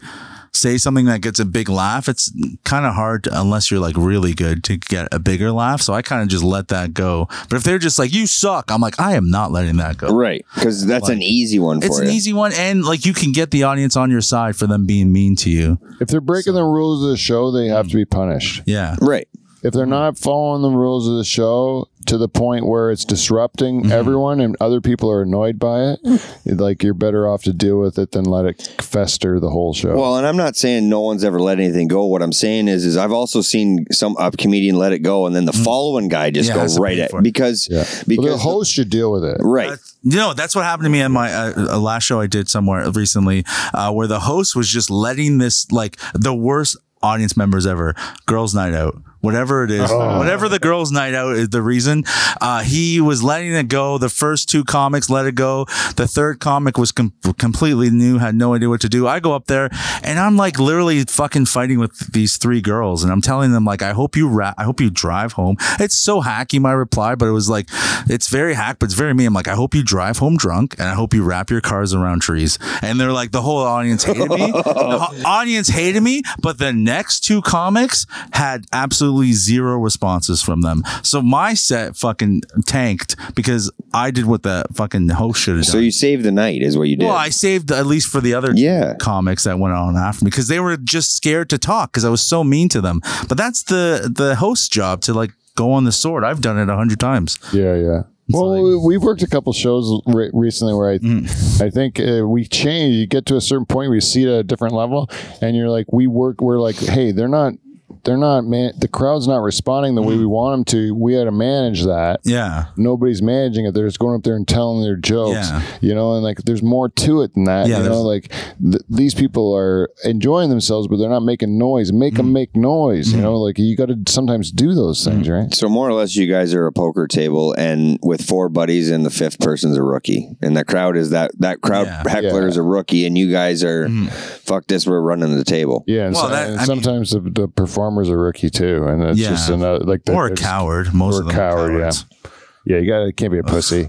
S4: say something that gets a big laugh, it's kind of hard to- unless you're like really good to get a bigger laugh. So I kind of just let that go. But if they're just like you suck, I'm like I am not letting that go.
S3: Right, because that's an easy one for
S4: It's
S3: you.
S4: an easy one, and like you can get the audience on your side for them being mean to you.
S1: If they're breaking the rules of the show, they have to be punished.
S4: Yeah.
S3: right.
S1: If they're not following the rules of the show to the point where it's disrupting everyone and other people are annoyed by it, like you're better off to deal with it than let it fester the whole show.
S3: Well, and I'm not saying no one's ever let anything go. What I'm saying is, is I've also seen some a comedian let it go, and then the following guy just
S4: Mm. Yeah,
S3: go
S4: has to
S3: right
S4: pay
S3: at
S4: for it.
S3: because
S1: yeah.
S3: because
S1: Well, the host should deal with it.
S3: right.
S4: You know, that's what happened to me in my uh, uh, last show I did somewhere recently, uh, where the host was just letting this like the worst audience members ever, girls' night out. Whatever it is, whatever the girls' night out is the reason, uh, he was letting it go. The first two comics let it go. The third comic was com- completely new, had no idea what to do. I go up there and I'm like literally fucking fighting with these three girls, and I'm telling them like, I hope you, ra- I hope you drive home. It's so hacky my reply, but it was like, it's very hack, but it's very me. I'm like, I hope you drive home drunk, and I hope you wrap your cars around trees. And they're like, the
S3: [laughs]
S4: whole audience hated me. The ho- audience hated me, but the next two comics had absolutely absolutely zero responses from them. So my set fucking tanked because I did what the fucking host should have done.
S3: So you saved the night, is what you did.
S4: Well, I saved at least for the other
S3: Yeah.
S4: comics that went on after me because they were just scared to talk because I was so mean to them. But that's the the host's job to like go on the sword. I've done it a hundred times.
S1: Yeah, yeah. Well, we- we've worked a couple shows re- recently where I,
S4: Mm.
S1: I think uh, we change. You get to a certain point, we see it at a different level, and you're like, we work. We're like, hey, they're not, they're not man. The crowd's not responding the way
S4: Mm.
S1: we want them to. We had to manage that.
S4: Yeah,
S1: Nobody's managing it. They're just going up there and telling their jokes,
S4: Yeah.
S1: you know. And like, there's more to it than that.
S4: Yeah,
S1: you know,
S4: there's-
S1: like th- these people are enjoying themselves, but they're not making noise. Make
S4: Mm.
S1: them make noise. You know, like you got to sometimes do those things,
S4: Mm.
S1: right?
S3: so more or less, you guys are a poker table, and with four buddies, and the fifth person's a rookie, and the crowd is that that crowd
S4: Yeah. Mm.
S3: heckler
S1: Yeah.
S3: is a rookie, and you guys are fuck this, we're running the table.
S1: Yeah, and,
S4: Well,
S1: so-
S4: that-
S1: and
S4: I mean-
S1: sometimes the, the performer's a rookie too, and it's
S4: Yeah.
S1: just another like the,
S4: or a
S1: it's-
S4: coward. Most
S1: or
S4: of them
S1: coward, yeah.
S4: cowards.
S1: Yeah, you got to can't be a
S4: [laughs]
S1: pussy.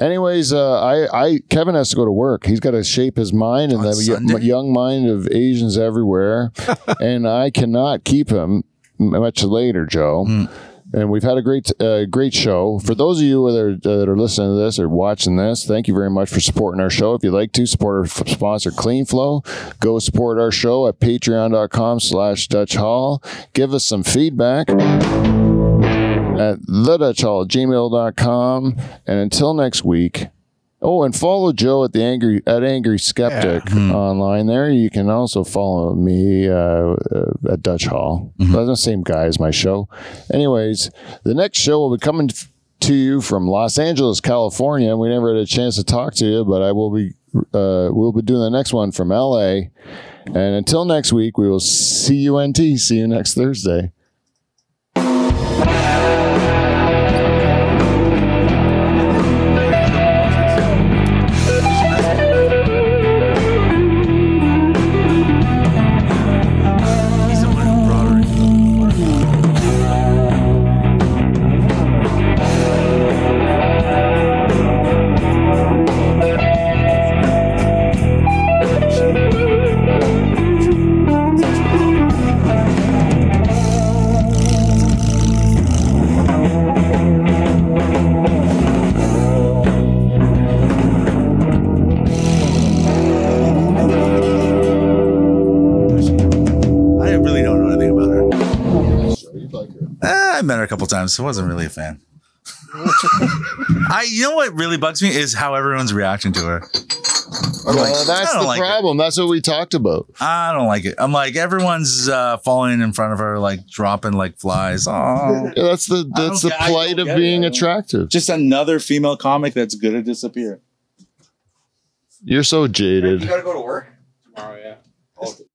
S1: Anyways, uh, I I Kevin has to go to work. He's got to shape his mind and
S4: On
S1: the y-
S4: Sunday?
S1: young mind of Asians
S4: [laughs]
S1: everywhere, and I cannot keep him m- much later, Joe.
S4: Hmm.
S1: And we've had a great, uh, great show. For those of you that are, uh, that are listening to this or watching this, thank you very much for supporting our show. If you'd like to support our f- sponsor, Clean Flow, go support our show at patreon.com slash Dutch Hall. Give us some feedback at thedutchhall at gmail.com. And until next week, oh, and follow Joe at the angry at angry skeptic online. There, you can also follow me uh, uh, at Dutch Hall. That's the same guy as my show. Anyways, the next show will be coming f- to you from Los Angeles, California. We never had a chance to talk to you, but I will be. Uh, we'll be doing the next one from LA. And until next week, we will see you, NT. See you next Thursday.
S4: He's the one who brought her into the I really don't know anything about her. Eh, I met her a couple times, so I wasn't really a fan. [laughs] I, you know what really bugs me is how everyone's reacting to her. I'm like,
S1: Oh, Well,
S4: I
S1: that's
S4: don't
S1: the
S4: like it.
S1: problem. That's what we talked about.
S4: I don't like it. I'm like everyone's uh, falling in front of her, like dropping like flies. Oh,
S1: Yeah, that's the that's the
S6: get- I
S1: plight
S6: don't
S1: of
S6: get it.
S1: being
S6: I don't-
S1: attractive.
S6: Just another female comic that's gonna disappear.
S1: You're so jaded.
S3: gotta go to work.
S2: Tomorrow, yeah.